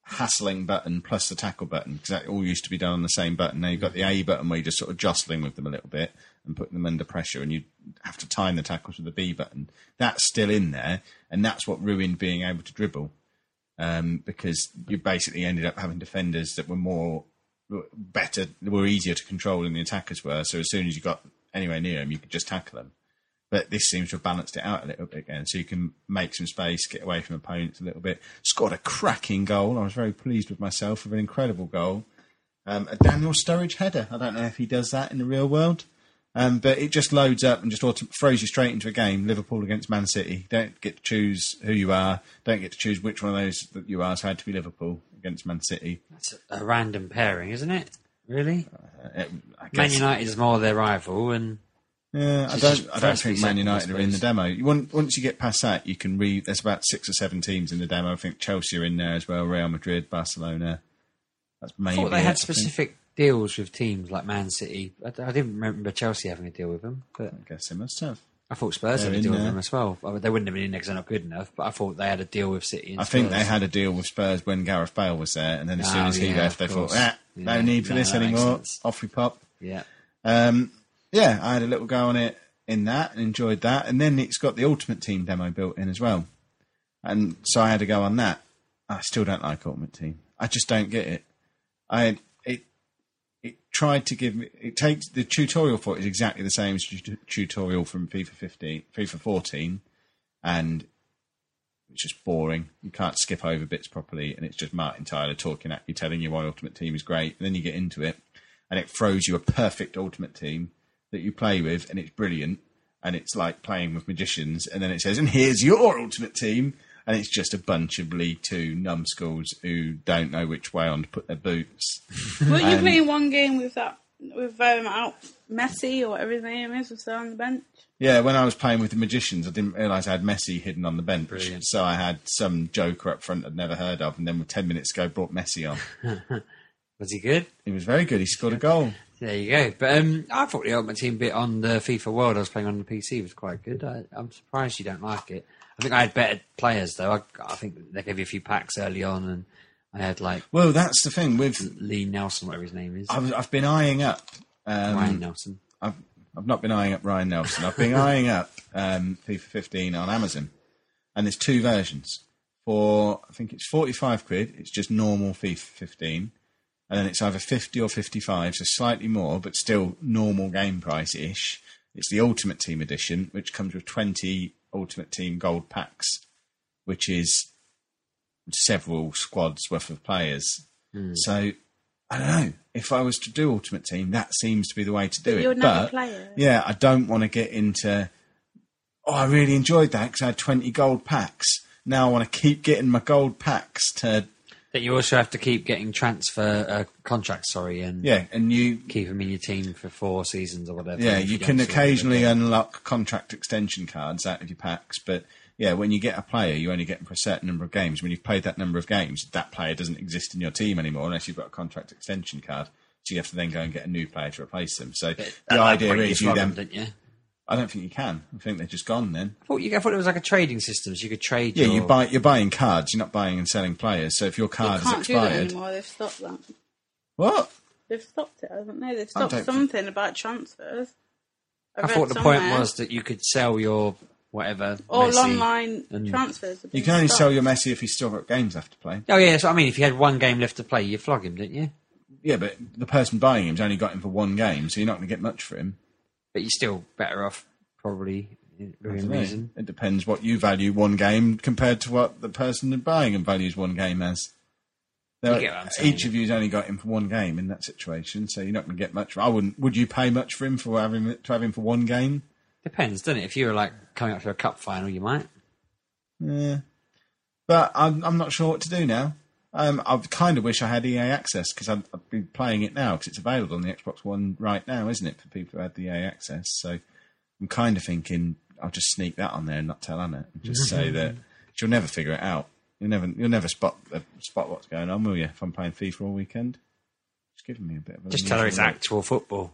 hassling button plus the tackle button because that all used to be done on the same button. Now you've got the A button where you're just sort of jostling with them a little bit and putting them under pressure, and you have to time the tackles with the B button. That's still in there, and that's what ruined being able to dribble um, because you basically ended up having defenders that were more were better, were easier to control than the attackers were. So as soon as you got anywhere near them, you could just tackle them. But this seems to have balanced it out a little bit again, so you can make some space, get away from opponents a little bit. Scored a cracking goal. I was very pleased with myself with an incredible goal. Um, a Daniel Sturridge header. I don't know if he does that in the real world, um, but it just loads up and just auto- throws you straight into a game. Liverpool against Man City. Don't get to choose who you are. Don't get to choose which one of those that you are. So it had to be Liverpool against Man City. That's a, a random pairing, isn't it? Really? Uh, it- I Man guess. United is more their rival, and Yeah, I Just- don't. just I don't first think and Man second, I United are in the suppose. demo. You want, once you get past that, you can read. There's about six or seven teams in the demo. I think Chelsea are in there as well. Real Madrid, Barcelona. That's I maybe. thought it, they I think. had specific deals with teams like Man City. I, I didn't remember Chelsea having a deal with them, but I guess they must have. I thought Spurs They're had a in deal with there. them as well. I mean, they wouldn't have been in there because they're not good enough. But I thought they had a deal with City. And I think Spurs. they had a deal with Spurs when Gareth Bale was there, and then as soon Oh, as he yeah, left, of they thought, course. ah, no Yeah, need for no, this that makes anymore. sense. Off we pop. Yeah. Um, yeah, I had a little go on it in that and enjoyed that. And then it's got the Ultimate Team demo built in as well. And so I had to go on that. I still don't like Ultimate Team. I just don't get it. I it it tried to give me it takes the tutorial for it is exactly the same as tu- tutorial from FIFA 15, FIFA 14, and it's just boring. You can't skip over bits properly, and it's just Martin Tyler talking at you, telling you why Ultimate Team is great. And then you get into it, and it throws you a perfect Ultimate Team that you play with, and it's brilliant. And it's like playing with magicians, and then it says, "And here's your Ultimate Team," and it's just a bunch of League Two numbskulls who don't know which way on to put their boots. Were Um, you playing one game with that with um out Messi or whatever his name is was still on the bench? Yeah, when I was playing with the magicians, I didn't realise I had Messi hidden on the bench. Brilliant. So I had some joker up front I'd never heard of, and then ten minutes ago brought Messi on. Was he good? He was very good. He scored a goal. There you go. But um, I thought the Ultimate Team bit on the FIFA World I was playing on the PC was quite good. I, I'm surprised you don't like it. I think I had better players though. I, I think they gave you a few packs early on, and I had like Well, that's the thing with Lee Nelson, whatever his name is, I've, I've been eyeing up. Um, Ryan Nelson. I've, I've not been eyeing up Ryan Nelson. I've been eyeing up um, FIFA 15 on Amazon, and there's two versions. For I think it's 45 quid. It's just normal FIFA 15, and then it's either 50 or 55, so slightly more, but still normal game price ish. It's the Ultimate Team Edition, which comes with 20 Ultimate Team Gold packs, which is several squads worth of players. So I don't know. If I was to do Ultimate Team, that seems to be the way to do it. you'll never but, play it. Yeah, I don't want to get into. Oh, I really enjoyed that because I had twenty gold packs. Now I want to keep getting my gold packs to That you also have to keep getting transfer uh, contracts, sorry, and yeah, and you keep them in your team for four seasons or whatever. yeah if you don't can sort them occasionally uh, again. unlock contract extension cards out of your packs, but yeah, when you get a player, you only get them for a certain number of games. When you've played that number of games, that player doesn't exist in your team anymore unless you've got a contract extension card. So you have to then go and get a new player to replace them. So But at the that idea point, is just you rob then. 'em, didn't you? I don't think you can. I think they're just gone then. I thought, you, I thought it was like a trading system, so you could trade. Yeah, your, you buy, you're buying cards. You're not buying and selling players. So if your You card is can't do that expired, anymore. They've stopped that. what? They've stopped it, haven't they? They've don't stopped think- something about transfers. I read thought the point somewhere. was that you could sell your whatever. all Messi. online and- transfers. have You been can only stopped. sell your Messi if he's still got games left to play. Oh yeah, so I mean, if you had one game left to play, you flog him, didn't you? Yeah, but the person buying him's only got him for one game, so you're not going to get much for him. But you're still better off, probably, within Yeah. reason. It depends what you value one game compared to what the person buying him values one game as. There- You get what I'm saying. each of you's only got him for one game in that situation, so you're not going to get much. I wouldn't. Would you pay much for him for having to have him for one game? Depends, doesn't it? If you were like coming up to a cup final, you might. Mm-hmm. Yeah. But I'm, I'm not sure what to do now. Um, I kind of wish I had EA access because I'd, I'd be playing it now because it's available on the Xbox One right now, isn't it, for people who had the EA access? So I'm kind of thinking I'll just sneak that on there and not tell Anna and just say that she'll never figure it out. You'll never, you'll never spot uh, spot what's going on, will you? If I'm playing FIFA all weekend, it's giving me a bit of a Just tell her it's look. actual football.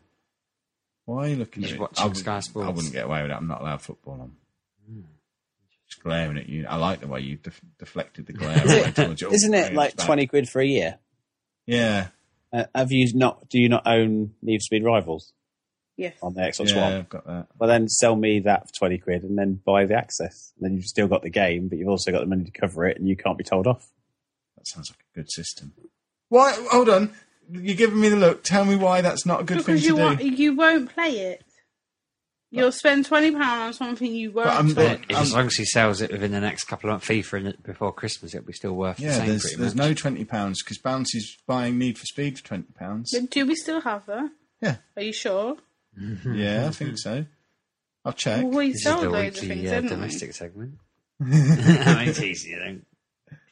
Why are you looking He's at watching it? I would- Sky Sports. I wouldn't get away with it. I'm not allowed football on. Just glaring at you. I like the way you def- deflected the glare away towards you. Oh, Isn't it brilliant, like it's back. twenty quid for a year? Yeah. Uh, have you not? Do you not own Need for Speed Rivals Yes. on the Xbox yeah, One? I've got that. Well, then sell me that for twenty quid, and then buy the access. And then you've still got the game, but you've also got the money to cover it, and you can't be told off. That sounds like a good system. Why? Hold on. You're giving me the look. Tell me why that's not a good because thing you to won't, do. you won't play it. You'll spend twenty pound on something you won't. But um, I'm- play. If, as long as he sells it within the next couple of months, FIFA and before Christmas, it'll be still worth the Yeah, same. there's pretty there's much. no twenty pounds because Bouncy's buying Need for Speed for twenty pounds. But do we still have her? Yeah, Are you sure? yeah, I think so. I'll check. Well, we This is sold the loads of weekly things, uh, didn't domestic segment. I mean, it's easy. Don't.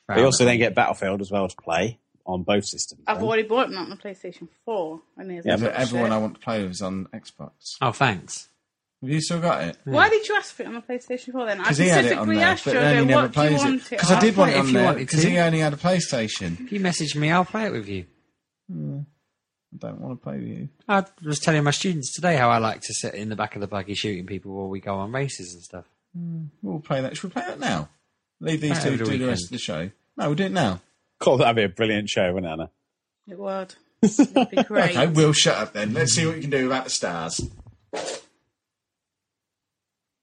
But you also then get Battlefield as well to play on both systems. we? I've then. already bought them on the PlayStation Four. And yeah, Look, everyone I want to play with is on Xbox. Oh, thanks. Have you still got it? Why did you ask for it on the PlayStation Four then? I Because he had it on specifically there, asked but you, then he okay, never what do you plays want it. it? Because I on? did want it If on you there, wanted because to. he only had a PlayStation. If you message me, I'll play it with you. I don't want to play with you. I was telling my students today how I like to sit in the back of the buggy shooting people while we go on races and stuff. We'll play that. Should we play that now? Leave these Play it two over to do the the rest of the show. No, we'll do it now. God, that'd be a brilliant show, wouldn't it, Anna? It would. It'd be great. Okay, we'll shut up then. Let's see what you can do about the stars.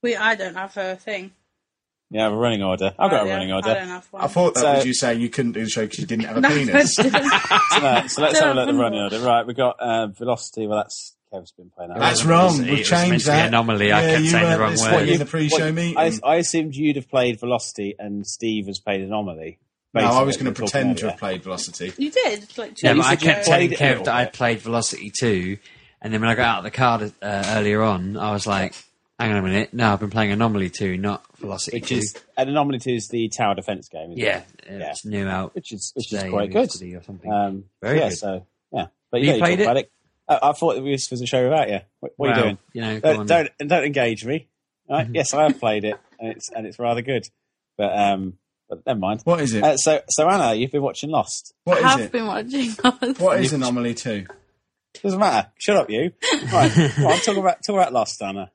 We, I don't have a thing. Yeah, I have a running order. I've got I a running don't- I don't order. have one. I thought that So- was you saying you couldn't do the show because you didn't have a penis. No, so let's have a look at the No. running order. Right, we've got uh, velocity. Well, that's Kev's been playing that. That's It was- wrong. it We've was meant changed to be that. anomaly. I kept you saying the weren't wrong listening. word. What, you the pre-show What- meeting? I, I assumed you'd have played velocity, and Steve has played anomaly. no, based I on was what going we to were talking pretend to earlier. have played Velocity. you did like two Yeah, you but I weeks ago. said you kept played telling it a Kev little that I bit. played Velocity 2, and then when I got out of the car uh, earlier on, I was like, hang on a minute, no, I've been playing Anomaly 2, not Velocity Which 2. is an anomaly to is the tower defense game. Isn't yeah, it? it's new out. which is which is today quite or good. yesterday Or something. Um, Very yeah, good. so yeah, but You yeah, you played talked about it? it. I, I thought that we was was a show without you. What, what are Well, you doing? You know, go Don't, on. don't and don't engage me. All right? yes, I have played it, and it's and it's rather good. But um, but never mind. What is it? Uh, so so Anna, you've been watching Lost. What I is have it? been watching. Oz. What is Anomaly 2? Doesn't matter. Shut up, you. Right, come on, talk about talk about Lost, Anna.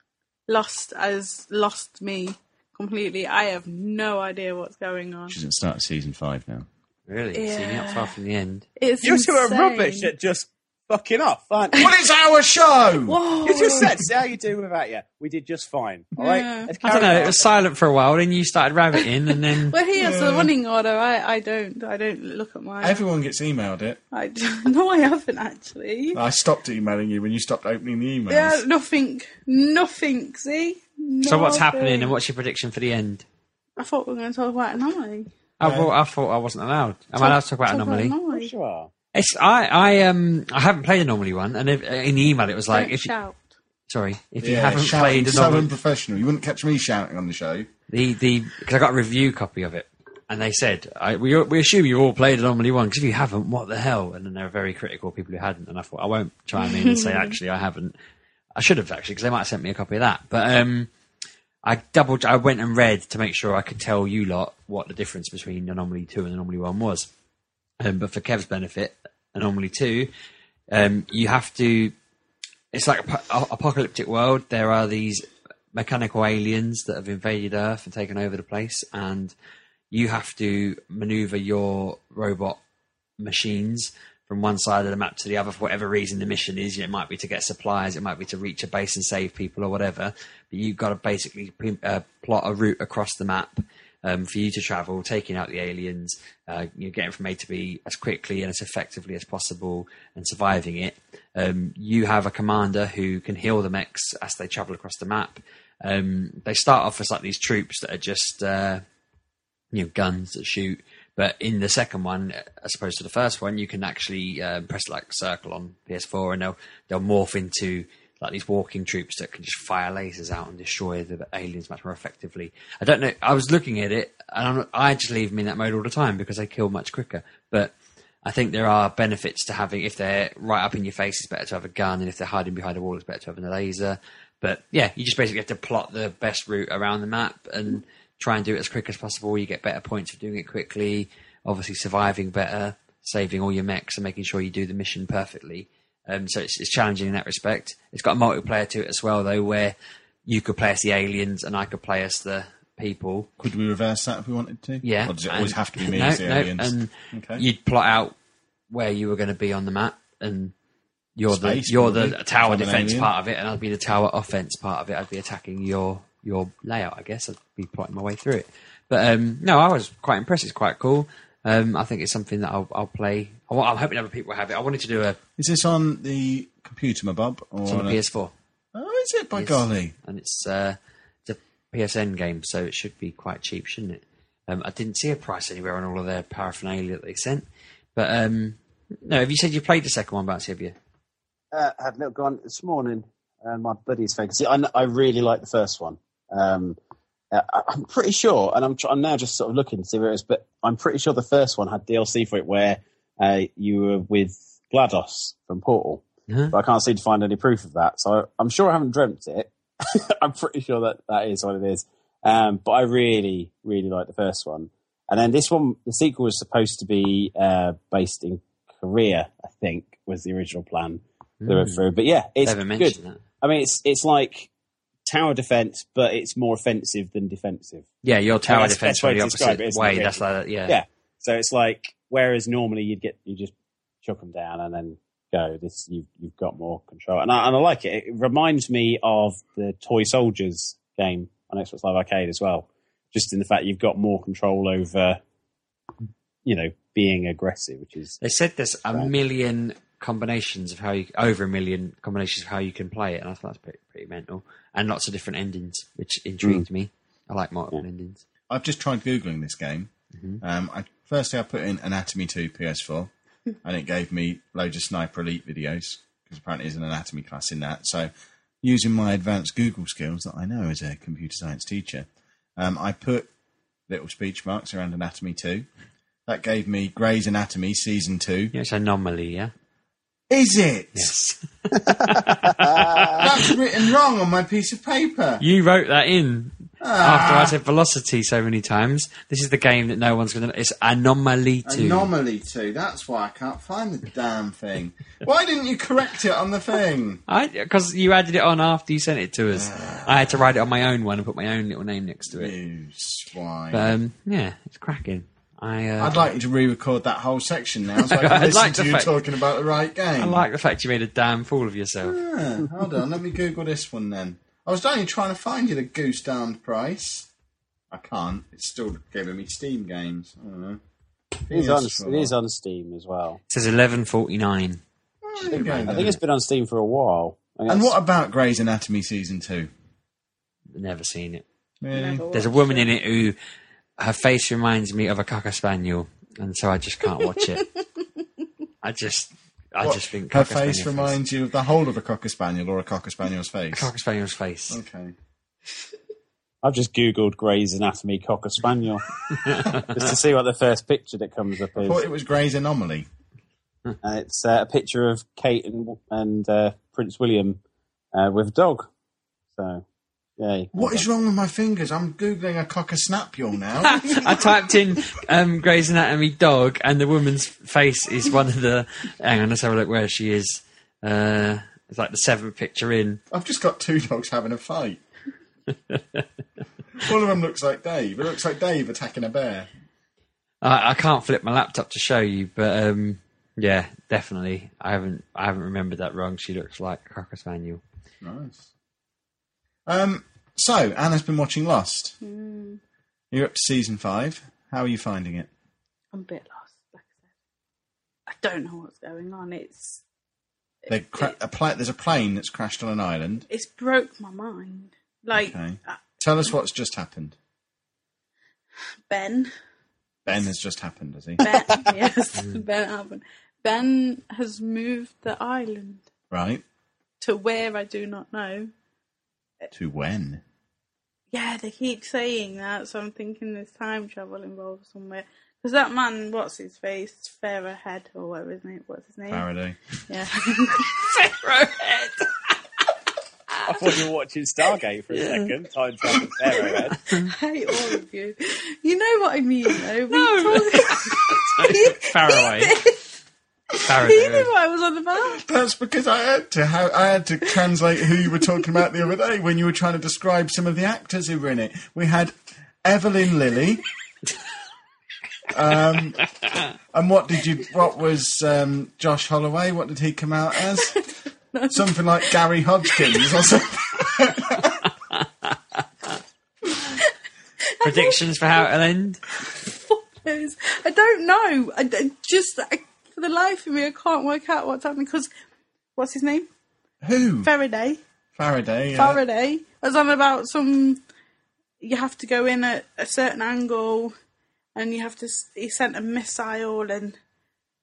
Lost has lost me completely. I have no idea what's going on. She doesn't start season five now. Really? So you're not Yeah. far from the end. It's You two are insane. rubbish at just fucking off, aren't you? Well, it's our show. Whoa. You just said, see how you do without you. We did just fine. All right? Yeah. Let's I don't carry know. on. It was silent for a while, then you started rabbiting, and then Well, he has the running order. I, I don't. I don't look at mine. Everyone gets emailed it. I don't- no, I haven't actually. Oh, I stopped emailing you when you stopped opening the emails. Yeah, nothing. Nothing. See. so what's Nothing. happening, and what's your prediction for the end? I thought we were going to talk about anomaly. I, well, I thought I wasn't allowed. Am I allowed to talk about anomaly? Of course you are. It's I I um I haven't played anomaly one, and if, in the email it was like Don't if you, shout. sorry if you Yeah, haven't shouting, played so anomaly unprofessional. You wouldn't catch me shouting on the show. the the because I got a review copy of it, and they said I, we we assume you all played anomaly one because if you haven't, what the hell? And then they were very critical people who hadn't, and I thought I won't chime in and say actually I haven't. I should have actually because they might have sent me a copy of that, but um. I double. I went and read to make sure I could tell you lot what the difference between Anomaly Two and Anomaly One was. Um, but for Kev's benefit, Anomaly Two, um, you have to. It's like a po- a- apocalyptic world. There are these mechanical aliens that have invaded Earth and taken over the place, and you have to maneuver your robot machines from one side of the map to the other for whatever reason the mission is. You know, It might be to get supplies, it might be to reach a base and save people or whatever. But you've got to basically pin- uh, plot a route across the map um, for you to travel, taking out the aliens, uh, you know, getting from A to B as quickly and as effectively as possible, and surviving it. Um, you have a commander who can heal the mechs as they travel across the map. Um, they start off as like these troops that are just. Uh, you know guns that shoot. But in the second one, as opposed to the first one, you can actually um, press like circle on PS4, and they'll they'll morph into like these walking troops that can just fire lasers out and destroy the aliens much more effectively. I don't know. I was looking at it, and I'm, not- I just leave them in that mode all the time because they kill much quicker. But I think there are benefits to having if they're right up in your face, it's better to have a gun, and if they're hiding behind a wall, it's better to have a laser. But yeah, you just basically have to plot the best route around the map and try and do it as quick as possible. You get better points for doing it quickly, obviously surviving better, saving all your mechs, and making sure you do the mission perfectly. Um, so it's, it's challenging in that respect. It's got a multiplayer to it as well, though, where you could play as the aliens and I could play as the people. Could we reverse that if we wanted to? Yeah. Or does it always and- have to be me no, as the no, aliens? And Okay. you'd plot out where you were going to be on the map, and you're Space, the you're the probably, if tower I'm an defense alien. part of it, and I'd be the tower offense part of it. I'd be attacking your your layout, I guess. I'd be plotting my way through it. But um, no, I was quite impressed. It's quite cool. Um, I think it's something that I'll, I'll play. I wa- I'm hoping other people have it. I wanted to do a Is this on the computer, my bub? Or it's on the a- PS4, Oh, is it? By Yes. golly. and it's uh, it's a PSN game, so it should be quite cheap, shouldn't it? Um, I didn't see a price anywhere on all of their paraphernalia that they sent. But um, no, have you said you played the second one, Bouncy? Have you? uh, had a little go on this morning, and my buddy's fake. See, I, kn- I really like the first one. Um, uh, I- I'm pretty sure, and I'm, tr- I'm now just sort of looking to see where it is, but I'm pretty sure the first one had DLC for it where uh, you were with GLaDOS from Portal, Uh-huh. but I can't seem to find any proof of that. So I'm sure I haven't dreamt it. I'm pretty sure that that is what it is. Um, but I really, really like the first one. And then this one, the sequel was supposed to be uh, based in Korea, I think, was the original plan they went through. But yeah, it's Hmm. Never good. mentioned that. I mean, it's it's like tower defense, but it's more offensive than defensive. Yeah, your tower that's the defense best way from the to describe opposite it, isn't way. it, That's really? like yeah. Yeah. So it's like whereas normally you'd get you just chuck them down and then go. This you've you've got more control, and I, and I like it. It reminds me of the Toy Soldiers game on Xbox Live Arcade as well, just in the fact you've got more control over, you know, being aggressive, which is They said there's a Right. million combinations of how you over a million combinations of how you can play it, and I thought that's pretty, pretty mental. And lots of different endings, which intrigued Hmm. me. I like multiple endings. I've just tried googling this game. Um, I, firstly, I put in Anatomy 2 PS4, and it gave me loads of Sniper Elite videos because apparently there's an anatomy class in that. So, using my advanced Google skills that I know as a computer science teacher, um, I put little speech marks around Anatomy 2. That gave me Grey's Anatomy Season 2. Yeah, it's anomaly. Yeah. Is it? Yes. That's written wrong on my piece of paper. You wrote that in after Ah. I said velocity so many times. This is the game that no one's going to. It's anomaly two. Anomaly 2. That's why I can't find the damn thing. Why didn't you correct it on the thing? I because you added it on after you sent it to us. I had to write it on my own one and put my own little name next to it. You swine. But um, yeah, it's cracking. I, uh, I'd like you to re-record that whole section now, so I can I'd listen like to to you fa- talking about the right game. I like the fact you made a damn fool of yourself. Yeah, hold on, let me Google this one then. I was only trying to find you the goose darned price. I can't. It's still giving me Steam games. I don't know. It is, on, Yes, it is on Steam as well. It says eleven forty nine. well, there you go I then. think it's been on Steam for a while. And what about Grey's Anatomy season two? Never seen it. Really? Never There's a watched woman in it who her face reminds me of a cocker spaniel, and so I just can't watch it. I just, I What- just think Eh, her cocker face spaniel reminds you of the whole of a cocker spaniel or a cocker spaniel's face. cocker spaniel's face. Okay. I've just googled Grey's Anatomy Cocker Spaniel just to see what the first picture that comes up I is. thought it was Grey's Anomaly. and it's uh, a picture of Kate and and uh, Prince William uh, with a dog. So, yay! What is wrong with my fingers? I'm googling a cocker snapule now. I typed in um, Grey's Anatomy dog, and the woman's face is one of the. Hang on, let's have a look where she is. Uh, it's like the seventh picture in. I've just got two dogs having a fight. One of them looks like Dave. It looks like Dave attacking a bear. I, I can't flip my laptop to show you, but um, yeah, definitely. I haven't, I haven't remembered that wrong. She looks like a cocker spaniel. Nice. Um, so Anna's been watching Lost. You're up to season five. How are you finding it? I'm a bit lost. Like I said, I don't know what's going on. It's They cra- a pla- there's a plane that's crashed on an island. it's broke my mind. Like Okay. uh, Tell us what's just happened. Ben, Ben has just happened, has he? Ben, yes, Ben Alvin. Ben has moved the island right. to where I do not know. To when? Yeah, they keep saying that, so I'm thinking there's time travel involved somewhere. Because that man, what's his face, Farrowhead or whatever his name, what's his name? Faraday. Yeah, Farrowhead. I thought you were watching Stargate for a second. Time travel there, I read. I hate all of you. You know what I mean, though. We No. talk- Faraway. he knew Faraday. what I was on about. That's because I had to ha- I had to translate who you were talking about the other day when you were trying to describe some of the actors who were in it. We had Evelyn Lilly. Um, and what did you? What was um, Josh Holloway? What did he come out as? Something like Gary Hodgkins or something. Predictions for how it'll end. There's- I don't know. I, I just, I, for the life of me, I can't work out what's happening because, what's his name? Who? Faraday. Faraday. uh, yeah. Faraday. I was on about some. You have to go in at a certain angle, and you have to. s- He sent a missile, and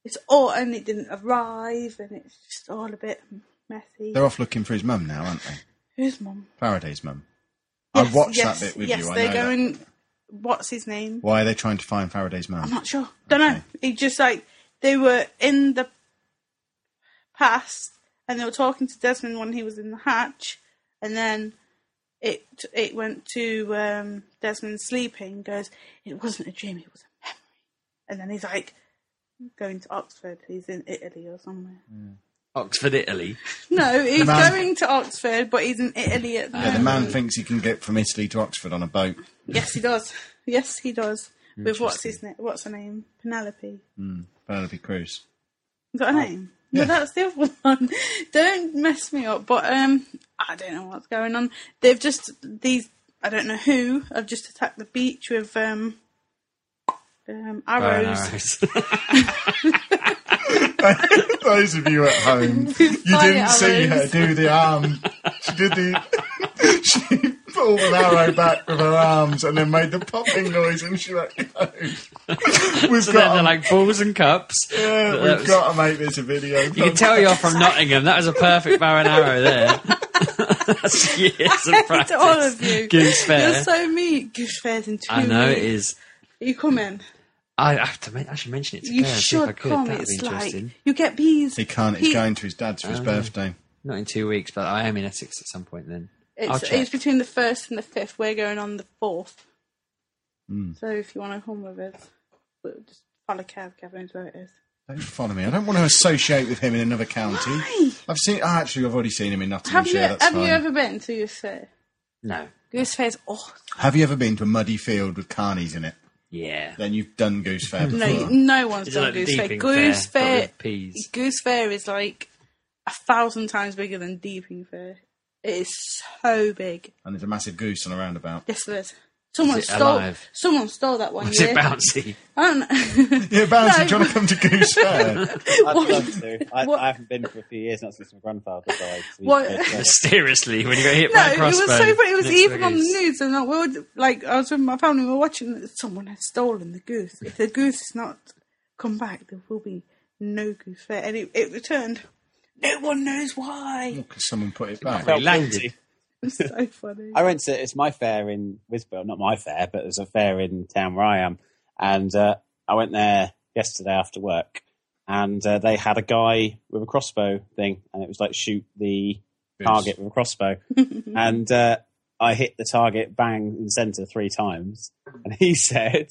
it's all, and it didn't arrive, and it's just all a bit messy. They're off looking for his mum now, aren't they? Who's mum? Faraday's mum. I Yes, watched yes, that bit with yes, you. I they're know that. going. What's his name? Why are they trying to find Faraday's I'm mum? not sure. Don't know. He just like they were in the past, and they were talking to Desmond when he was in the hatch, and then it it went to um, Desmond sleeping. Goes, it wasn't a dream. It was a memory. And then he's like going to Oxford. He's in Italy or somewhere. Oxford, Italy. No, he's man- going to Oxford, but he's in Italy at the Yeah, the moment. man thinks he can get from Italy to Oxford on a boat. Yes, he does. Yes, he does. With what's his name? What's her name? Penelope. Penelope Cruz. Is Oh. that a name? No, yeah. that's the other one. don't mess me up. But um, I don't know what's going on. They've just these. I don't know who. I've just attacked the beach with um, um Bow and arrows. arrows. Those of you at home, you Fire didn't see her arrows. do the arm. She did the. she pulled an arrow back with her arms and then made the popping noise and she let go. We've so then got. they're like balls and cups. yeah, That we've was- got to make this a video. You can tell you're from Nottingham. That was a perfect bow and arrow there. That's years of practice. to all of you. Goose fair. You're so mean. Goose fair's in two I know it weeks. is. You come in. I have to. men- I should mention it to You Claire and see if I should could. come. That'd be It's like interesting. you get bees. he can't. He's He- going to his dad's for his birthday. Not in two weeks, but I am in Essex at some point. Then I'll It's, check. it's between the first and the fifth. We're going on the fourth. Hmm. So if you want to come with us, we'll just follow Kev. Kev knows where it is. Don't follow me. I don't want to associate with him in another county. I've seen. Oh, actually, I've already seen him in Have Nottinghamshire. you that's have fine. you ever been to Goose Fair? no, Goose Fair's awesome. Have you ever been to a muddy field with carnies in it? Yeah. then you've done Goose Fair before. No, no one's It's done like Goose Fair. Deeping Goose Fair, but Fair, with peas. Goose Fair is like a thousand times bigger than Deeping Fair. It is so big. And there's a massive goose on a roundabout. Yes, there is. Someone it stole. alive? Someone stole that one Was year. it bouncy? I don't know. Yeah, Bouncy, No. do you want to come to Goose Fair? I'd love to. I, What- I haven't been for a few years, not since my grandfather died. so we What- go together. Mysteriously, when you got hit No, by a it was crossbow. so funny. It was next to even a on the goose. news, and like, we were, like I was with my family, we were watching. it, Someone had stolen the goose. If the goose is not come back, there will be no goose there. And it, it returned. No one knows why. Because someone put it back. Felt Felt landed. guilty. It's so funny. I went to it's my fair in Wisborough, not my fair, but there's a fair in town where I am, and uh, I went there yesterday after work, and uh, they had a guy with a crossbow thing, and it was like shoot the target with a crossbow, and uh, I hit the target bang in the centre three times, and he said,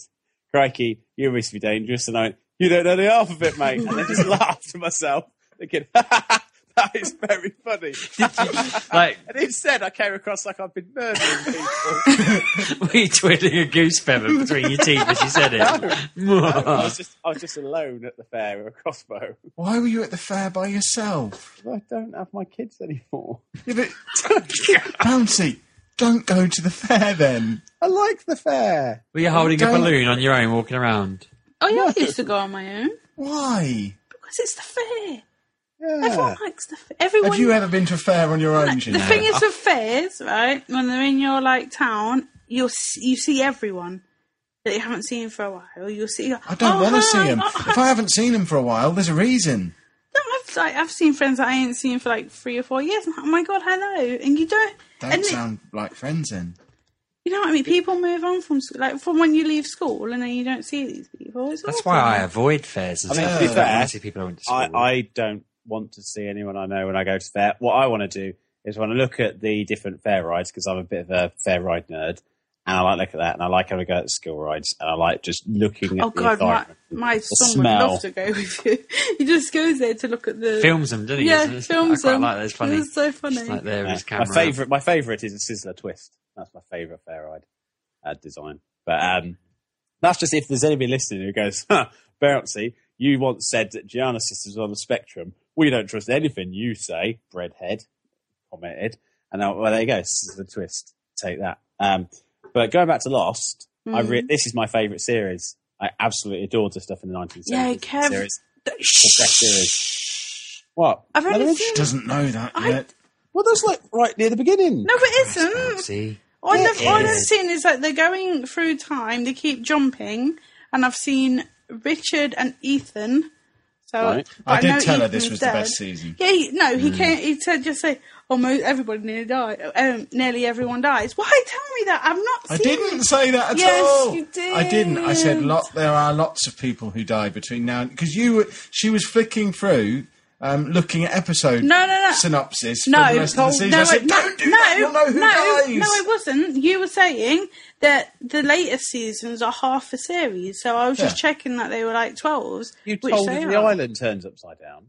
"Crikey, you must be dangerous," and I went, "You don't know the half of it, mate," and I just laughed to myself, thinking, "That is very funny." Like, And instead, I came across like I've been murdering people. were you twiddling a goose feather between your teeth as you said it? I was just, I was just alone at the fair with a crossbow. Why were you at the fair by yourself? I don't have my kids anymore. Yeah, but, Bouncy, don't go to the fair then. I like the fair. Were you holding a Don't- balloon on your own, walking around? oh yeah, I used to go on my own Why? because it's the fair. Yeah. Everyone likes the fair. Everyone. Have you ever been to a fair on your own, the Gina? thing is with fairs, right? When they're in your like town, you'll s- you see everyone that you haven't seen for a while. You'll see. "Oh, I don't want to see him. them. If I haven't seen him for a while, there's a reason. No, I've, like, I've seen friends that I ain't seen for like three or four years. and, Oh my god, hello! And you don't, Don't and it- sound like friends then. you know what I mean. People move on from school, like from when you leave school, and then you don't see these people. It's That's awful. why I avoid fairs. and I mean, stuff. to be I don't wanna fair, see people I went to school I, with. I don't want to see anyone I know when I go to fair. What I want to do is when I look at the different fair rides, because I'm a bit of a fair ride nerd, and I like look at that, and I like having a go at the school rides, and I like just looking at Oh the god, my, environment. my son would smell. love to go with you. he just goes there to look at the films them, didn't he? Yeah, Isn't it? films I quite them. like that. It's funny. It's so funny. Just like there with his Yeah. Uh, My camera. favorite, my favorite is a Sizzler twist. That's my favorite fair ride uh, design. But um, that's just if there's anybody listening who goes, huh, Bouncy, you once said that Gianna sisters was on the spectrum. We don't trust anything you say. Breadhead commented, and now, well, there you go, Sizzler twist. Take that. Um, but going back to Lost, I re- Hmm. this is my favorite series. I absolutely adored the stuff in the 1970s Yeah, Kev- series. Shh. The best series. What? I've No, only there seen. Doesn't know that I- yet. Well, that's like right near the beginning. No, it isn't. Bouncy. All I've, all I've is. seen is like they're going through time. They keep jumping, and I've seen Richard and Ethan. So Right. but I did know tell her Ethan's this was the dead. best season. Yeah, he, no, Mm. he can't. He said just say almost everybody nearly died. Um, nearly everyone dies. Why tell me that? I've not. I seen didn't say that at Yes, all. you I didn't. I said did. lot. There are lots of people who die between now and because you. were- She was flicking through, um, looking at episode No, no, no. synopsis No, for the rest of the season. no, I said, no, don't do no, that. You'll know who no, dies. no, it wasn't. You were saying that the later seasons are half a series, so I was just Yeah. checking that they were like twelves. You which told they him the are. island turns upside down.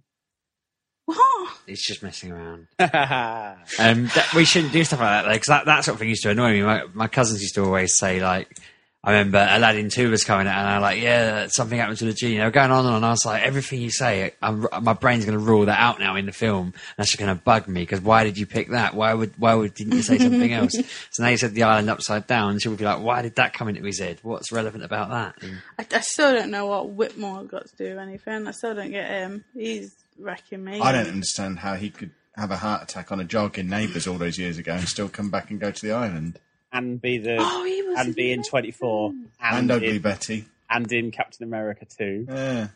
What? It's just messing around. That's Um, that, we shouldn't do stuff like that, though, because that, that sort of thing used to annoy me. My, my cousins used to always say, like, I remember Aladdin 2 was coming out, and I like, yeah, something happened to the genie. They were going on and on, and I was like, everything you say, I'm, my brain's going to rule that out now in the film. And that's just going to bug me, because why did you pick that? Why would, why would, didn't you say something else? So now you said the island upside down, and she would be like, why did that come into his head? What's relevant about that? And I, I still don't know what Whitmore got to do with anything. I still don't get him. He's wrecking me. I don't understand how he could have a heart attack on a jog in Neighbours all those years ago and still come back and go to the island. and be the Oh, he was and be in amazing. twenty four And and Ugly in, Betty. and in Captain America two. Yeah.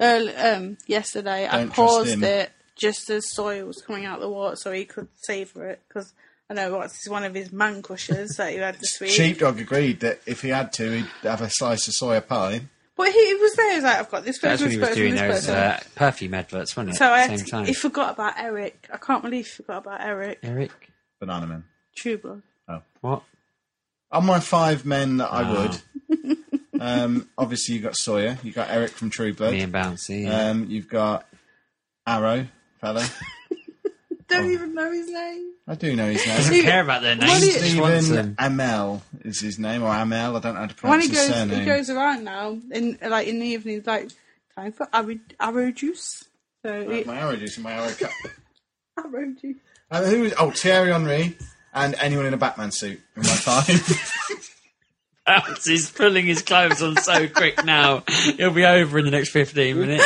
Earl- um, yesterday, I Don't trust paused him. it just as soil was coming out of the water, so he could savour it because I know what's one of his man crushes that he had this week. Sheepdog agreed that if he had to, he'd have a slice of soya pie. But he, he was there. He was like, "I've got this that's when person, this he was person, doing this those person." uh, perfume adverts, wasn't it? so I At had the same to- time. he forgot about Eric. I can't believe he forgot about Eric. Eric, Banana Man. True blood. what? On my five men that Ah. I would, um, obviously you've got Sawyer, you've got Eric from True Blood, Me and Bouncy. Uh, yeah. um, you've got Arrow, fella. Oh. Don't even know his name. I do know his I name. don't care about their names. just want Stephen them. Amell is his name, or Amel. I don't know how to When pronounce he his goes, surname. he goes around now, in like in the evenings, like time for arrow, arrow juice. So Right, it, my arrow juice and my arrow cup. arrow juice. And who is? Oh, Thierry Henry and anyone in a Batman suit in my time. Alex is pulling his clothes on so quick now. It'll be over in the next 15 minutes.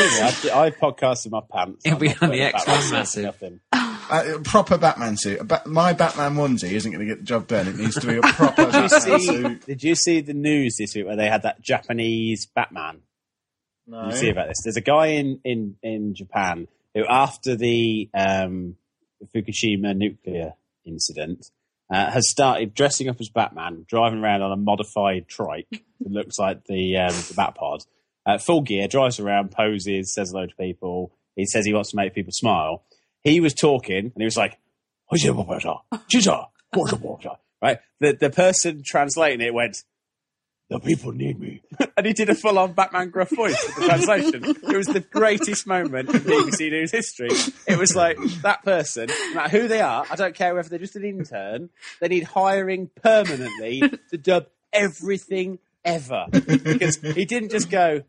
I, I podcast in my pants. It'll I'm be not on the worried about X-Men that. massive. Nothing. a Uh, proper Batman suit. A ba- my Batman onesie isn't going to get the job done. It needs to be a proper Batman suit. Did you see the news this week where they had that Japanese Batman? No. You see about this? There's a guy in in in Japan who, after the um, Fukushima nuclear incident, uh, has started dressing up as Batman, driving around on a modified trike that looks like the um, the Batpod. Uh, full gear, drives around, poses, says hello to people. He says he wants to make people smile. He was talking and he was like, right? The the person translating it went, the people need me. and he did a full on Batman gruff voice with the translation. it was the greatest moment in BBC News history. It was like that person, no matter who they are, I don't care whether they're just an intern, they need hiring permanently to dub everything ever. Because he didn't just go,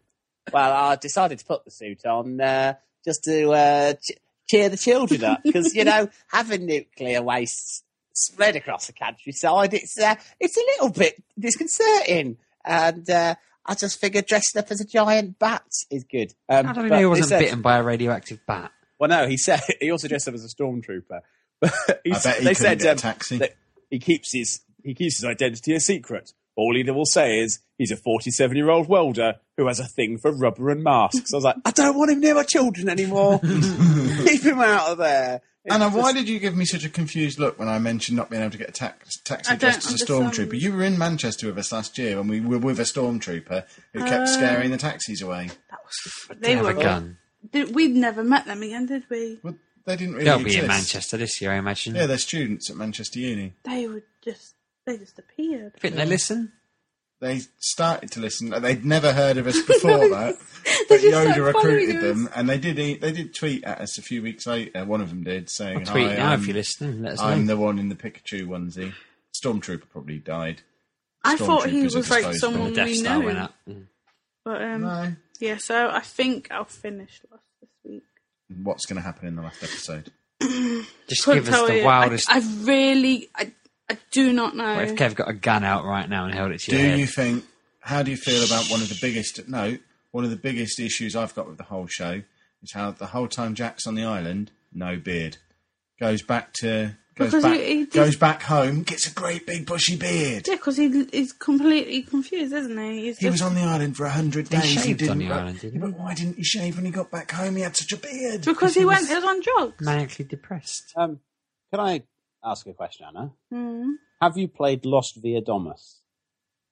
well, I decided to put the suit on uh, just to uh, ch- cheer the children up because you know having nuclear waste spread across the countryside, it's uh, it's a little bit disconcerting, and uh, I just figured dressing up as a giant bat is good. Um, I don't but know he he wasn't said- bitten by a radioactive bat. Well, no, he said he also dressed up as a stormtrooper. But he, I bet he couldn't they said get a um, taxi. that he keeps his he keeps his identity a secret. All he will say is he's a 47 year old welder who has a thing for rubber and masks. I was like, I don't want him near my children anymore. Keep him out of there. It's Anna, just- why did you give me such a confused look when I mentioned not being able to get a tax, taxi I don't dressed as a understand. stormtrooper? You were in Manchester with us last year, and we were with a stormtrooper who Uh. kept scaring the taxis away. That was They they have were. a gun. Did, we'd never met them again, did we? Well, they didn't really They'll be exist. in Manchester this year, I imagine. Yeah, they're students at Manchester Uni. They would just they just appeared. Think they listen? They started to listen. They'd never heard of us before that, but just started Yoda following recruited us. them, and they did. e- They did tweet at us a few weeks later. One of them did saying, Tweet "Hi, now um, I'm, if you're listening. Let us I'm know. the one in the Pikachu onesie." Stormtrooper probably died. I thought he Stormtroopers are was like disposable. someone Death we Star went know. up. But um, No. yeah, so I think I'll finish last this week. What's going to happen in the last episode? Just Couldn't give us tell the you. wildest. I, I really, I, I do not know. What if Kev got a gun out right now and held it to Do your head? you think? How do you feel about one of the biggest? No, one of the biggest issues I've got with the whole show is how the whole time Jack's on the island, no beard, goes back to goes Because back he- he did- goes back home, gets a great big bushy beard. Yeah, because he, he's completely confused, isn't he? He's He was just- on the island for a hundred days. he shaved didn't, on the but- island, didn't he? but why didn't he shave when he got back home? He had such a beard. because he went. He was on drugs. Manically depressed. Um, can I ask a question, Anna? Mm. Have you played Lost Via Domus?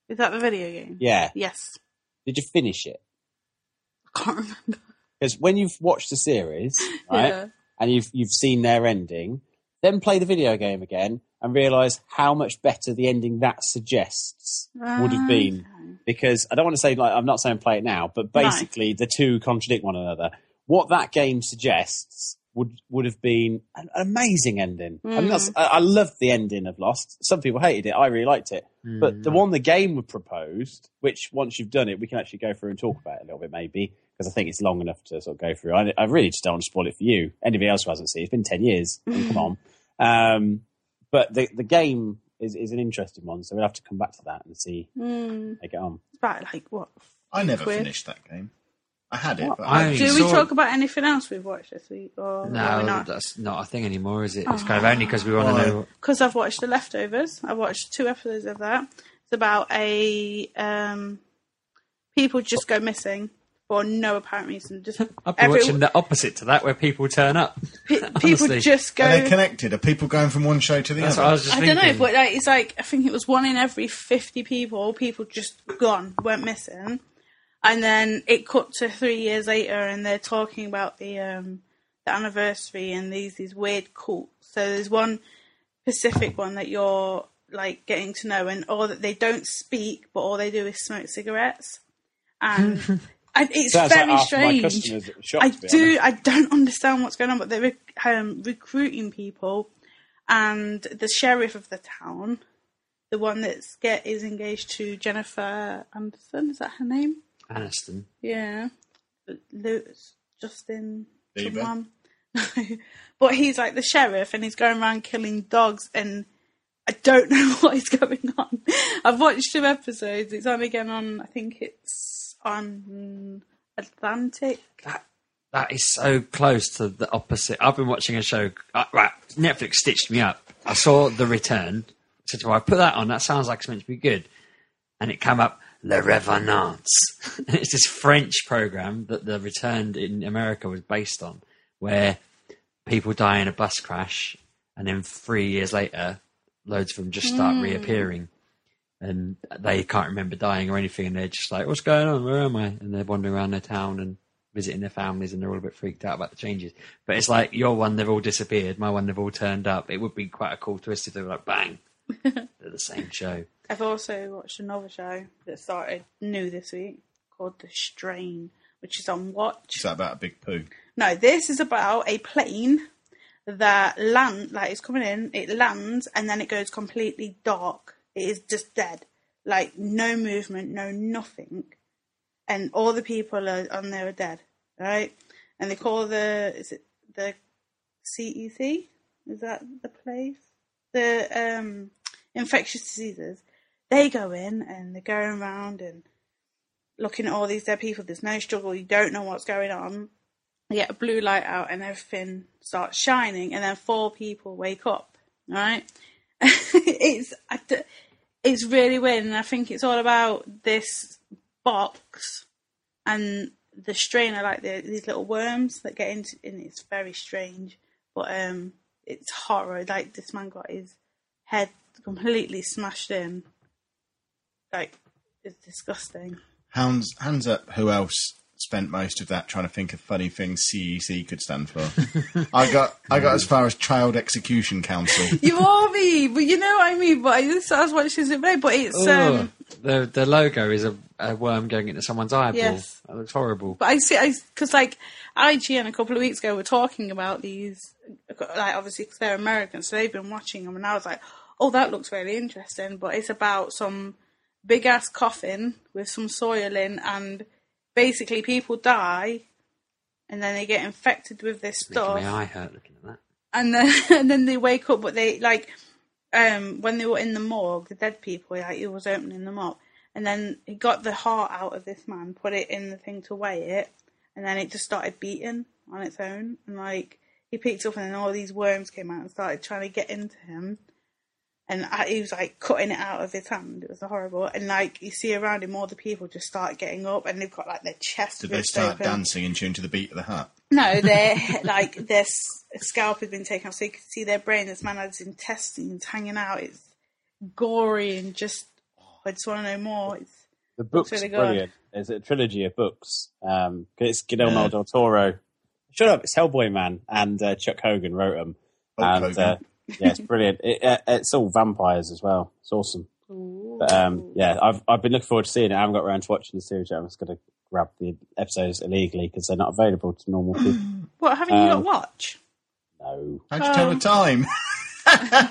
Is that the video game? Yeah. Yes. Did you finish it? I can't remember. Because when you've watched the series, right, Yeah. and you've you've seen their ending, then play the video game again and realise how much better the ending that suggests would Ah, have been. Because I don't want to say like I'm not saying play it now, but No. basically the two contradict one another. What that game suggests would would have been an amazing ending. I mean, Mm. that's, I, I loved the ending of Lost. Some people hated it. I really liked it. But the one the game would proposed, which once you've done it, we can actually go through and talk about it a little bit, maybe, because I think it's long enough to sort of go through. I, I really just don't want to spoil it for you. Anybody else who hasn't seen it, it's been 10 years. I mean, come on. Um, but the, the game is, is an interesting one, so we'll have to come back to that and see Mm. how they get on. It's about like what? I never Queer. finished that game. I had it, but I I, Do we saw- talk about anything else we've watched this week, or are we No, not? Oh. that's not a thing anymore, is it? It's kind of only because we want Why? to know. because I've watched The Leftovers. I've watched two episodes of that. It's about a um, people just go missing for no apparent reason. Just I've been every, watching the opposite to that, where people turn up. pe- people honestly. just are they go. connected? Are people going from one show to the That's other? what I was just I don't thinking. know, but like, it's like I think it was one in every fifty people. People just gone, went missing, and then it cut to three years later, and they're talking about the um, the anniversary and these these weird cults. So there's one Pacific one that you're like getting to know, and or that they don't speak, but all they do is smoke cigarettes, and, and it's Sounds like very half strange. my customers at the shop, I to be honest. do. I don't understand what's going on, but they're rec- um, recruiting people, and the sheriff of the town, the the one that's get is engaged to Jennifer Anderson. Is that her name? Aniston. Yeah, Lewis, Justin, Bieber. someone. but he's like the sheriff, and he's going around killing dogs, and I don't know what is going on. I've watched two episodes. It's on again on. I think it's on Atlantic. That that is so close to the opposite. I've been watching a show. Uh, right, Netflix stitched me up. I saw The Return. Said to her, I put that on. That sounds like it's meant to be good. And it came up Le Revenants. it's this French program that The Return in America was based on, where people die in a bus crash, and then three years later, loads of them just Hmm. start reappearing. And they can't remember dying or anything, and they're just like, "What's going on? Where am I?" And they're wandering around their town and visiting their families, and they're all a bit freaked out about the changes. But it's like your one, they've all disappeared. My one, they've all turned up. It would be quite a cool twist if they were like, "Bang!" they're the same show. I've also watched another show that started new this week called The Strain, which is on Watch. Is that about a big poo? No, this is about a plane that land like it's coming in, it lands and then it goes completely dark. It is just dead. Like no movement, no nothing. And all the people are on there are dead. Right? And they call the is it the CEC? Is that the place? The um infectious diseases. They go in and they're going around and looking at all these dead people. There's no struggle. You don't know what's going on they get a blue light out and everything starts shining and then four people wake up all right it's I d- it's really weird and i think it's all about this box and the strain i like the, these little worms that get into and it's very strange but um it's horror like this man got his head completely smashed in like it's disgusting Hands, hands up, who else spent most of that trying to think of funny things CEC could stand for? I got I got as far as Child Execution Council. you are me but you know what i mean but i just i was watching it today, but it's um Ugh. Oh, the the logo is a, a worm going into someone's eyeball. Yes. That looks horrible. But I see, I because like IGN a couple of weeks ago were talking about these, like obviously because they're American, so they've been watching them, and I was like, oh, that looks really interesting. But it's about some big ass coffin with some soil in, and basically people die, and then they get infected with this Making stuff, my eye hurt looking at that. and then and then they wake up, but they like um when they were in the morgue, the dead people, like he was opening them up, and then he got the heart out of this man, put it in the thing to weigh it, and then it just started beating on its own, and like he picked up, and then all these worms came out and started trying to get into him. And I, he was like cutting it out of his hand. It was horrible. And like you see around him, all the people just start getting up, and they've got like their chest. Did they ripped start open. dancing in tune to the beat of the hat? No, their like their s- scalp had been taken off, so you could see their brain. This man had his intestines hanging out. It's gory and just. oh, I just want to know more. It's The books really are good. brilliant. There's a trilogy of books. Um, it's Guillermo del Toro. Shut up! It's Hellboy Man and uh, Chuck Hogan wrote them. Hulk and Hogan. Uh, yeah, it's brilliant. It, uh, it's all vampires as well. It's awesome. But um, yeah, I've I've been looking forward to seeing it. I haven't got around to watching the series yet. I'm just going to grab the episodes illegally because they're not available to normal people. what haven't you um, got? Watch. no. How'd you tell the time? I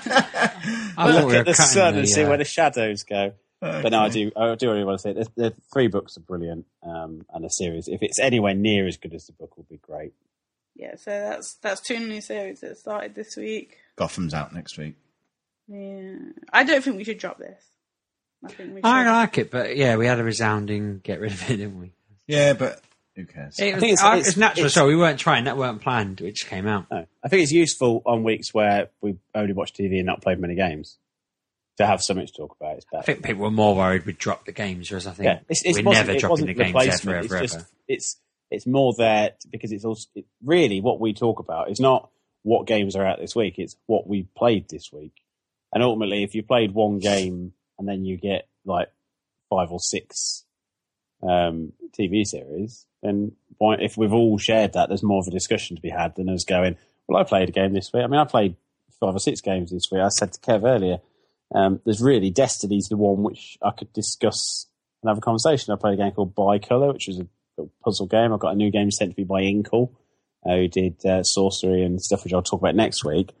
thought Look we were at the cutting sun and see uh, where the shadows go. But no, I do. I do really want to see it. The, the three books are brilliant, um, and the series. If it's anywhere near as good as the book, will be great. Yeah, so that's that's two new series that started this week. Gotham's out next week. Yeah, I don't think we should drop this. I think we should. I like it, but yeah, we had a resounding get rid of it, didn't we? Yeah, but who cares? It was, think it's- uh, it's- it's natural. it's- so we weren't trying. That weren't planned. It just came out. No, I think it's useful on weeks where we only watch TV and not played many games to have something to talk about. It's better. I think people were more worried we'd drop the games, whereas I think yeah, it's, it's we're wasn't- never it dropping wasn't the games there replacement. forever, It's ever. just it's it's more there t- because it's also it, really what we talk about. It's not what games are out this week. It's what we played this week. And ultimately, if you played one game and then you get like five or six um, TV series, then why, if we've all shared that, there's more of a discussion to be had than us going, "Well, I played a game this week." I mean, I played five or six games this week. I said to Kev earlier, um, "There's really Destiny's the one which I could discuss and have a conversation." I played a game called Bicolor, which was a little puzzle game. I got a new game sent to me by Inkle, uh, who did uh, Sorcery and stuff, which I'll talk about next week.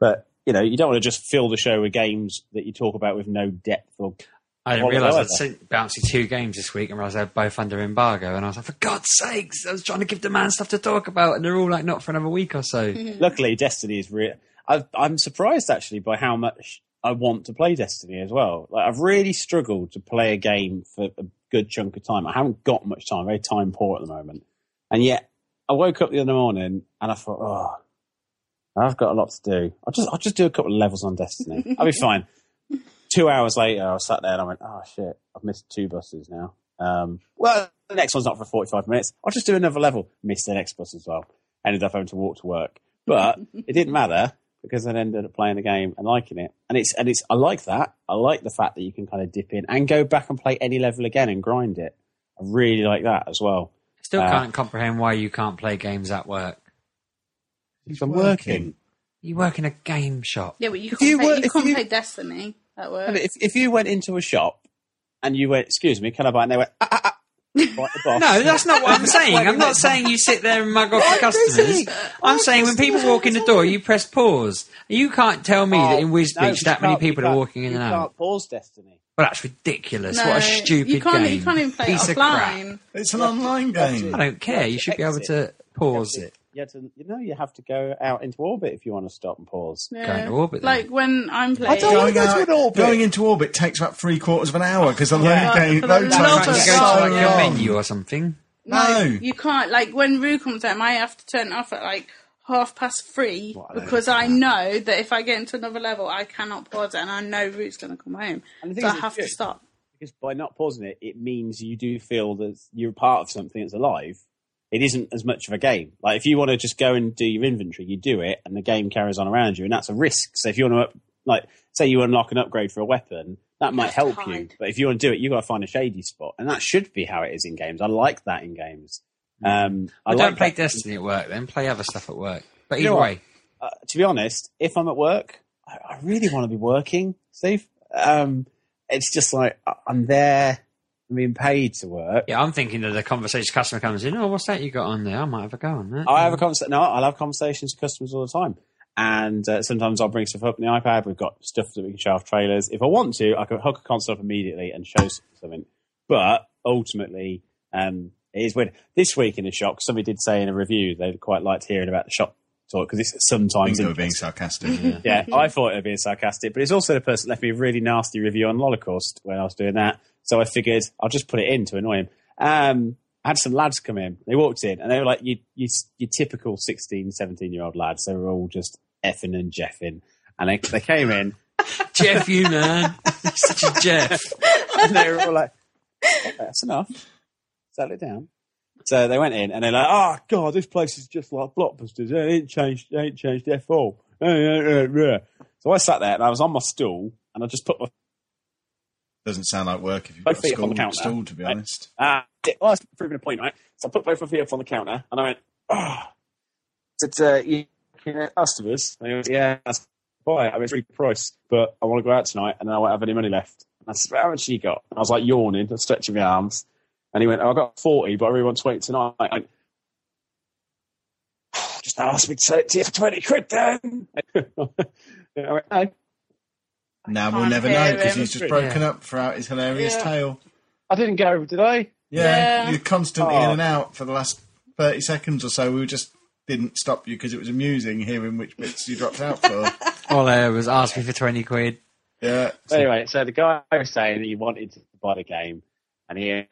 But you know, you don't want to just fill the show with games that you talk about with no depth or I didn't Well, realise I'd however- sent Bouncy two games this week and realised they're both under embargo. And I was like, for God's sakes, I was trying to give the man stuff to talk about, and they're all like, not for another week or so. Hmm. Luckily, Destiny is real. I'm surprised actually by how much I want to play Destiny as well. Like I've really struggled to play a game for a good chunk of time. I haven't got much time. I'm very time poor at the moment, and yet I woke up the other morning and I thought, oh, I've got a lot to do. I'll just I'll just do a couple of levels on Destiny. I'll be fine. Two hours later, I was sat there and I went, oh shit, I've missed two buses now. Um, well, the next one's not for 45 minutes. I'll just do another level. Missed the next bus as well. Ended up having to walk to work. But it didn't matter because I ended up playing the game and liking it. And it's, and it's, I like that. I like the fact that you can kind of dip in and go back and play any level again and grind it. I really like that as well. Still Uh, can't comprehend why you can't play games at work. I'm working. You work in a game shop. Yeah, but you can't, you play, were- you if can't you- play Destiny at Yeah, work. but If, if you went into a shop and you went, excuse me, can I buy? And they went, ah, ah, ah, bite the boss. No, that's not what I'm saying. I'm not saying you sit there and mug off the customers. I'm saying when people walk in the door, you press pause. You can't tell me that in Wisbech Oh, No, but you that many can't- you people are can't- walking in you and out. can't pause Destiny. Well, that's ridiculous. no, what a stupid you can't, game. You can't even play Piece it of crap. offline. It's an online game. I don't care. You should be able to pause it. You, have to, you know, you have to go out into orbit if you want to stop and pause. Yeah. Going to orbit then. Like when I'm playing. I don't want to go to an orbit. going into orbit takes about three quarters of an hour because the Yeah. load game For the load love time Trying of is to so go to like your um, long. menu or something. No. you can't. Like when Rue comes home, I have to turn it off at like half past three because I know that if I get into another level, I cannot pause it, and I know Rue's going to come home, And the thing so I is, have to it's- stop. because by not pausing it, it means you do feel that you're part of something that's alive. It isn't as much of a game. Like if you want to just go and do your inventory, you do it, and the game carries on around you, and that's a risk. So if you want to, up, like, say you unlock an upgrade for a weapon, that might have to help you. hide. But if you want to do it, you got to find a shady spot, and that should be how it is in games. I like that in games. Um, Mm. I like don't play that- Destiny at work. Then play other stuff at work. But You know either what? way, uh, to be honest, if I'm at work, I, I really want to be working, Steve. Um, it's just like I- I'm there, I'm being paid to work. yeah, I'm thinking that the conversation customer comes in. Oh, what's that you got on there? I might have a go on that. I have a conversation. No, I'll have conversations with customers all the time. And uh, sometimes I'll bring stuff up on the iPad. We've got stuff that we can show off trailers. If I want to, I can hook a console up immediately and show something. But ultimately, um, it is weird. This week in the shop, somebody did say in a review they quite liked hearing about the shop talk because it's sometimes Bingo interesting. being sarcastic. yeah, I thought it would be sarcastic, but it's also the person that left me a really nasty review on Holocaust when I was doing that. So I figured I'll just put it in to annoy him. Um, I had some lads come in. They walked in and they were like, you, you, you typical 16, 17 year old lads. They were all just effing and jeffing. And they, they came in Jeff, you man, such a Jeff. and they were all like, "Okay, that's enough. Settle it down. So they went in and they're like, oh, God, this place is just like Blockbusters. It ain't changed, it ain't changed F all. Eh, eh, eh, eh." So I sat there and I was on my stool and I just put my Doesn't sound like work if you've Both got a feet up on the school, counter. stool, to be Right. honest. Ah, it- well, that's proving a point, right? So I put both my feet up on the counter and I went, oh, it's uh, you you know, customers. And he went, yeah, that's buy it. I mean, it's a really good price, but I want to go out tonight and I won't have any money left. And I said, how much you got? And I was like yawning and stretching my arms. And he went, oh, I got 40, but I really want to wait tonight. I went, "Ah, just ask me to sell it to you for 20 quid then. And I went, "Oh, "No." Now we'll can't never know hear because him. he's just Yeah. broken up throughout his hilarious Yeah. tale. I didn't go, did I? Yeah, Yeah. you're constantly in Oh. and out for the last 30 seconds or so. We just didn't stop you because it was amusing hearing which bits you dropped out for. All I was asked me for twenty quid. Yeah. So anyway, so the guy was saying that he wanted to buy the game, and he,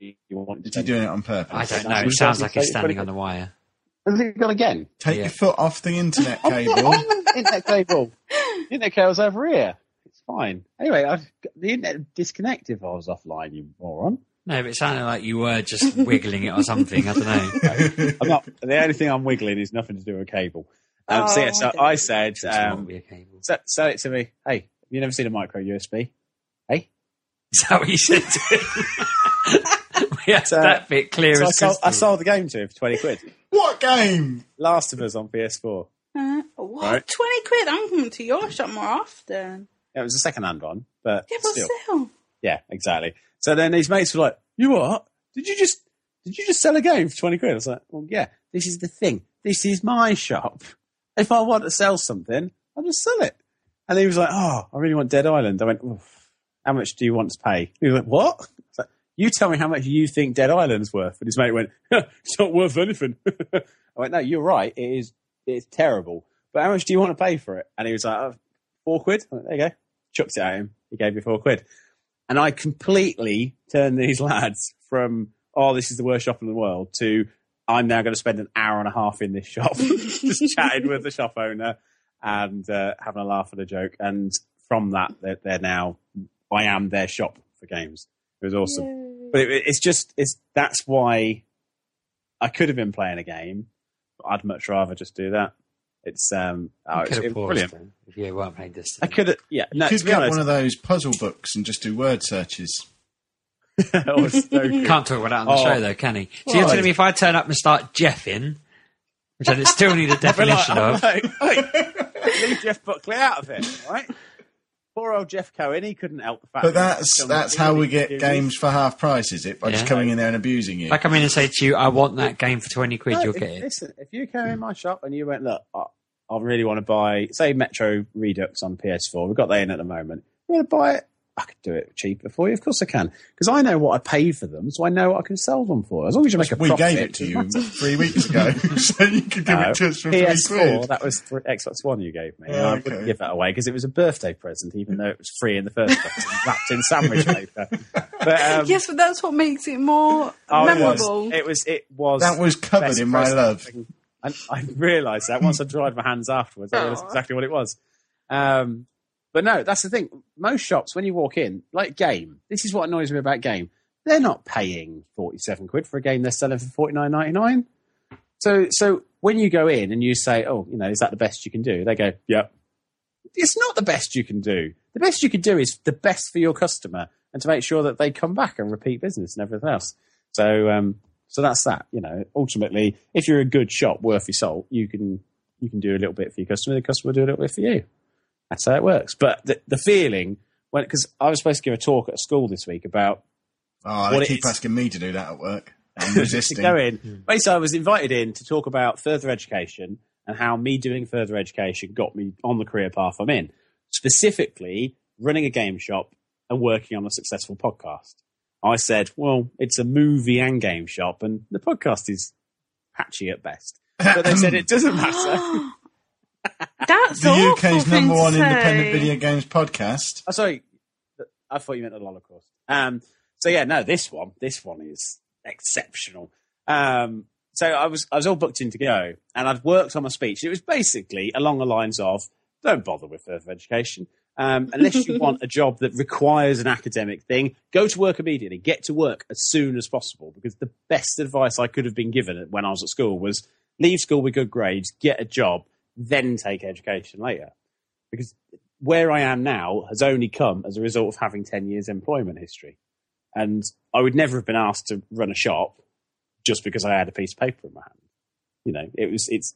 he wanted Is to. he doing it on purpose? I don't know. It sounds like he's standing on the wire. And he gone again. Take Yeah. your foot off the internet cable. internet cable. The internet cable's over here. It's fine. Anyway, I've got the internet disconnected if I was offline, you moron. No, but it sounded like you were just wiggling it or something. I don't know. I'm not. the only thing I'm wiggling is nothing to do with cable. Um, so yeah, so Oh, I okay. said, um, be a cable. sell, sell it to me. Hey, have you never seen a micro USB? Is that what you said? To him? we had So- that bit clear So uh, I, as sold, I crystal. sold the game to him for twenty quid. what game? Last of Us on PS4. Uh, what? Right. Twenty quid? I'm coming to your shop more often. Yeah, It was a second-hand one, but Yeah, but still. still. Yeah, exactly. So then his mates were like, "You what? Did you just did you just sell a game for twenty quid?" I was like, "Well, yeah. This is the thing. This is my shop. If I want to sell something, I'll just sell it. And he was like, oh, I really want Dead Island. I went, Oof, how much do you want to pay? He was like, what? I was like, you tell me how much you think Dead Island's worth. And his mate went, it's not worth anything. I went, no, you're right. It is, it's terrible. But how much do you want to pay for it? And he was like, oh, four quid. I went, there you go. Chucked it at him. He gave me four quid. And I completely turned these lads from, oh, this is the worst shop in the world to, I'm now going to spend an hour and a half in this shop, just chatting with the shop owner and uh, having a laugh at a joke. And from that, they're, they're now, I am their shop for games. It was awesome. But it, it's just, it's that's why I could have been playing a game, but I'd much rather just do that. It's um, oh, it's, Could it's have paused brilliant. then, if you weren't playing this. I could have, yeah. No, Could to be get honest, one of those puzzle books and just do word searches. that was so good. Can't talk about that on the Oh. show, though, can he? So you're Why? telling me if I turn up and start jeffing, which I still need a definition of, leave Jeff Buckley out of it, right? Poor old Jeff Cohen, he couldn't help the fact. But that's that's how we get games for half price, is it? By just Yeah. coming in there and abusing you. if I come in and say to you, I want that game for 20 quid, you'll if, get it. Listen, if you came in my shop and you went, look, I, I really want to buy, say, Metro Redux on PS4. We've got that in at the moment. You want to buy it? I could do it cheaper for you. Of course I can, because I know what I paid for them, so I know what I can sell them for. As long as you make a we profit, gave it to doesn't you three weeks ago, so you could give No, it to us for three PS4, quid. that was for Xbox One you gave me. Oh, and I okay. wouldn't give that away because it was a birthday present, even though it was free in the first place, wrapped in sandwich paper. But um, yes, but that's what makes it more oh, it was- memorable. It was. It was. That was covered best in my present. love. And I realised that once I dried my hands afterwards, I realised Aw. exactly what it was. Um, but no, that's the thing. Most shops, when you walk in, like game, this is what annoys me about game. They're not paying forty-seven quid for a game they're selling for forty-nine ninety-nine. So, so when you go in and you say, "Oh, you know, is that the best you can do?" They go, "Yep." It's not the best you can do. The best you can do is the best for your customer and to make sure that they come back and repeat business and everything else. So, um, so that's that. You know, ultimately, if you're a good shop worth your salt, you can you can do a little bit for your customer. The customer will do a little bit for you. That's how it works. But the, the feeling when because I was supposed to give a talk at school this week about Oh, What they it keep is. asking me to do that at work. I'm to resisting. go in. Basically, I was invited in to talk about further education and how me doing further education got me on the career path I'm in, specifically running a game shop and working on a successful podcast. I said, well, it's a movie and game shop, and the podcast is patchy at best. But they said it doesn't matter. that's Um, the awful UK's thing number to one say. independent video games podcast. Oh, sorry. I thought you meant the Holocaust. Um, so yeah, no, this one, this one is exceptional. Um, so I was, I was all booked in to go and I'd worked on my speech. It was basically along the lines of don't bother with further education. Um, unless you want a job that requires an academic thing, go to work immediately. Get to work as soon as possible because the best advice I could have been given when I was at school was leave school with good grades, get a job, then take education later. Because where I am now has only come as a result of having 10 years employment history. And I would never have been asked to run a shop just because I had a piece of paper in my hand. You know, it was, it's,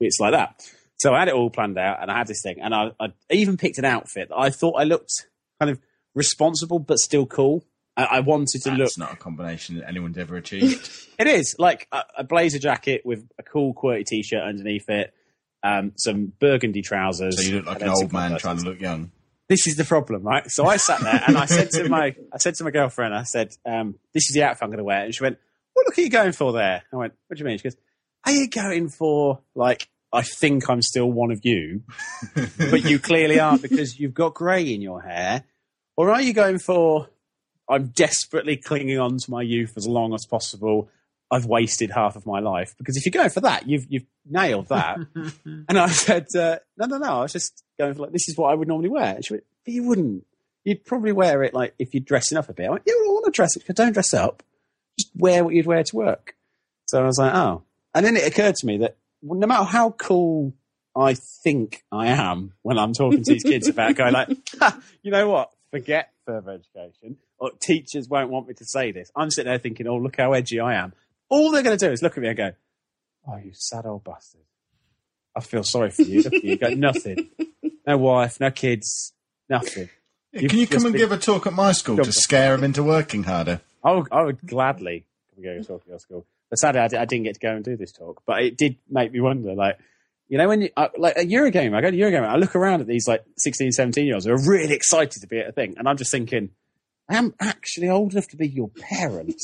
it's like that. So I had it all planned out and I had this thing and I, I even picked an outfit that I thought I looked kind of responsible, but still cool. I, I wanted to That's look not a combination that anyone's ever achieved. it is like a, a blazer jacket with a cool quirty t-shirt underneath it, um, some burgundy trousers. so you look like and an then some old man Converse. trying to look young. This is the problem, right? So I sat there and I said to my, I said to my girlfriend, I said, um, "This is the outfit I'm going to wear," and she went, "What look are you going for there?" I went, "What do you mean?" She goes, "Are you going for like?" I think I'm still one of you, but you clearly aren't because you've got grey in your hair. Or are you going for I'm desperately clinging on to my youth as long as possible. I've wasted half of my life because if you're going for that, you've you've nailed that. and I said, uh, no, no, no. I was just going for like this is what I would normally wear. And she went, but you wouldn't. You'd probably wear it like if you're dressing up a bit. I went, yeah, well, I want to dress it. But don't dress up. Just wear what you'd wear to work. So I was like, oh. And then it occurred to me that well, no matter how cool I think I am when I'm talking to these kids about going like, ha, you know what? Forget further education. Or teachers won't want me to say this. I'm sitting there thinking, oh, look how edgy I am. All they're going to do is look at me and go, oh, you sad old bastard. I feel sorry for you. Look at you. you got nothing. No wife, no kids, nothing. You've Can you come just and been- give a talk at my school to Jump. scare them into working harder? I would, I would gladly go and talk at your school. But sadly, I, di- I didn't get to go and do this talk. But it did make me wonder, like, You know, when you, I, like at Eurogame, I go to Eurogame, I look around at these like 16, 17 year olds who are really excited to be at a thing. And I'm just thinking, I am actually old enough to be your parent.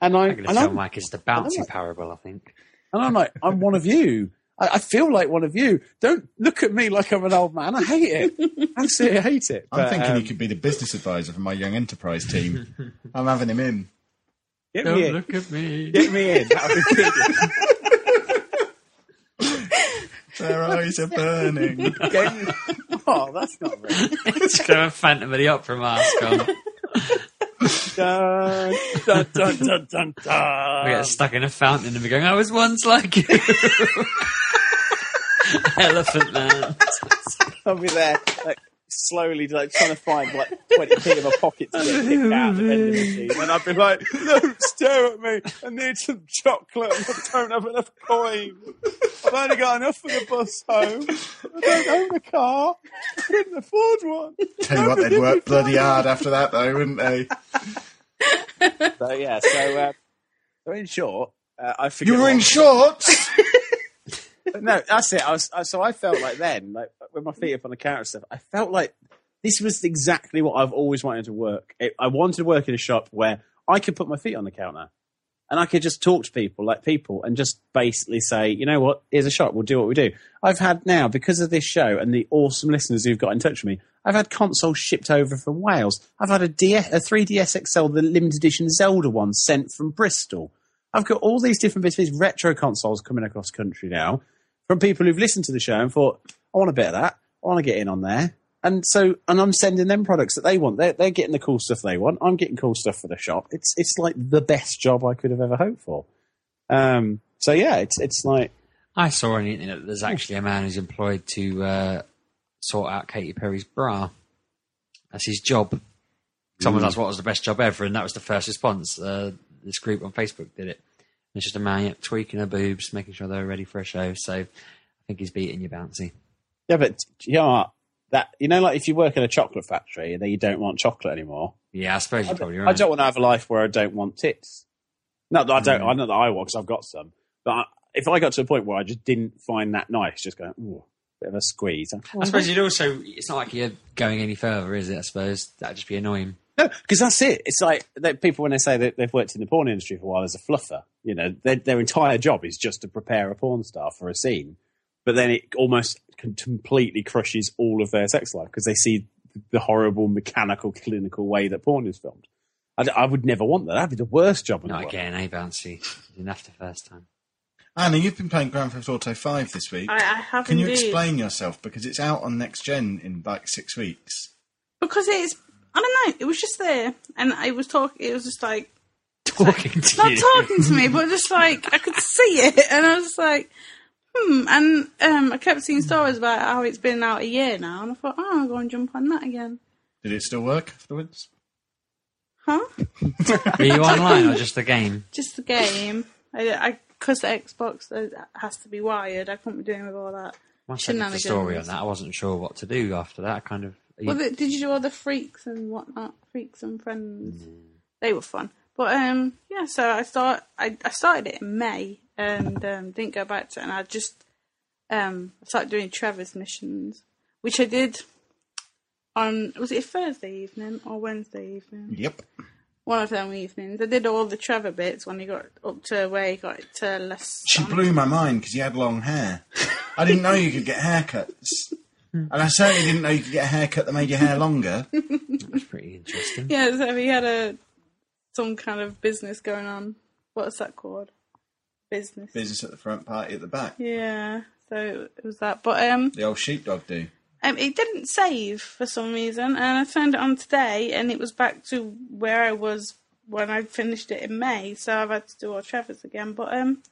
and I, I'm going and to tell I'm, Mike it's the bouncy like- parable, I think. and I'm like, I'm one of you. I, I feel like one of you. Don't look at me like I'm an old man. I hate it. Absolutely hate it. I'm But, thinking um, he could be the business advisor for my young enterprise team. I'm having him in. get Don't me in. look at me. Get me in. That would be good. Their eyes are burning. Get me- Oh, that's not right. it's kind of a Phantom of the Opera mask on. We Dun, dun, dun, dun, dun, dun. get stuck in a fountain and we're going, I was once like you. Elephant man. I'll be there, like slowly, like trying to find like twenty p in my pocket to get kicked out of the vending machine, and I'd be like, "Don't stare at me! I need some chocolate. I don't have enough coin. I've only got enough for the bus home. I don't own a car. I couldn't afford one." Tell you what, they'd work bloody hard after that, though, wouldn't they? So yeah, so uh, so in short, uh, I forget. You were in what- shorts. no, that's it. I was, I, so I felt like then, like with my feet up on the counter and stuff, I felt like this was exactly what I've always wanted to work. It, I wanted to work in a shop where I could put my feet on the counter and I could just talk to people like people and just basically say, you know what, here's a shop, we'll do what we do. I've had now, because of this show and the awesome listeners who've got in touch with me, I've had consoles shipped over from Wales. I've had a, DS, a 3DS XL, the limited edition Zelda one, sent from Bristol. I've got all these different bits of these retro consoles coming across country now from people who've listened to the show and thought, I want a bit of that. I want to get in on there. And so, and I'm sending them products that they want. They're, they're getting the cool stuff they want. I'm getting cool stuff for the shop. It's it's like the best job I could have ever hoped for. Um, so yeah, it's it's like I saw on the internet that there's actually a man who's employed to uh, sort out Katy Perry's bra. That's his job. Someone asked what was the best job ever, and that was the first response. Uh, this group on Facebook did it. And it's just a man yeah, tweaking her boobs, making sure they're ready for a show. So I think he's beating you, Bouncy. yeah, but you know what? that you know like if you work in a chocolate factory and then you don't want chocolate anymore. Yeah, I suppose you're probably right. I don't want to have a life where I don't want tits. Not that I don't. I know that I want because I've got some. But I, if I got to a point where I just didn't find that nice, just going ooh, bit of a squeeze. I suppose you'd also, it's not like you're going any further, is it? I suppose that'd just be annoying. No, because that's it. It's like that people when they say that they've worked in the porn industry for a while as a fluffer, you know, their, their entire job is just to prepare a porn star for a scene, but then it almost con- completely crushes all of their sex life because they see the horrible mechanical clinical way that porn is filmed. I, d- I would never want that. That'd be the worst job in the Not world. again, eh, Bouncy? You didn't have to first time. Anna, you've been playing Grand Theft Auto Five this week. I, I have Can you indeed. explain yourself because it's out on next gen in like six weeks? Because it's I don't know. It was just there, and I was talking. It was just like Talking to not you. talking to me, but just like I could see it, and I was just like, hmm. And um, I kept seeing stories about how it's been out a year now, and I thought, oh, I'll go and jump on that again, Did it still work afterwards? huh? Are you online or just the game? Just the game. I because the Xbox uh, has to be wired. I couldn't be doing with all that. Once I did the Shenanigans. story on that, I wasn't sure what to do after that. I kind of. Well, the, did you do all the freaks and whatnot? Freaks and friends. They were fun. But um, yeah. So I start. I, I started it in May and um, didn't go back to it. And I just um started doing Trevor's missions, which I did on was it Thursday evening or Wednesday evening? Yep. One of them evenings. I did all the Trevor bits when he got up to where he got to less. She blew my mind because he had long hair. I didn't know you could get haircuts. And I certainly didn't know you could get a haircut that made your hair longer. That's pretty interesting. Yeah, so he had a some kind of business going on. What's that called? Business. Business at the front, party at the back. Yeah. So it was that. But um The old sheepdog do. um, it didn't save for some reason, and I turned it on today, and it was back to where I was when I finished it in May. So I've had to do all Trevor's again, but um,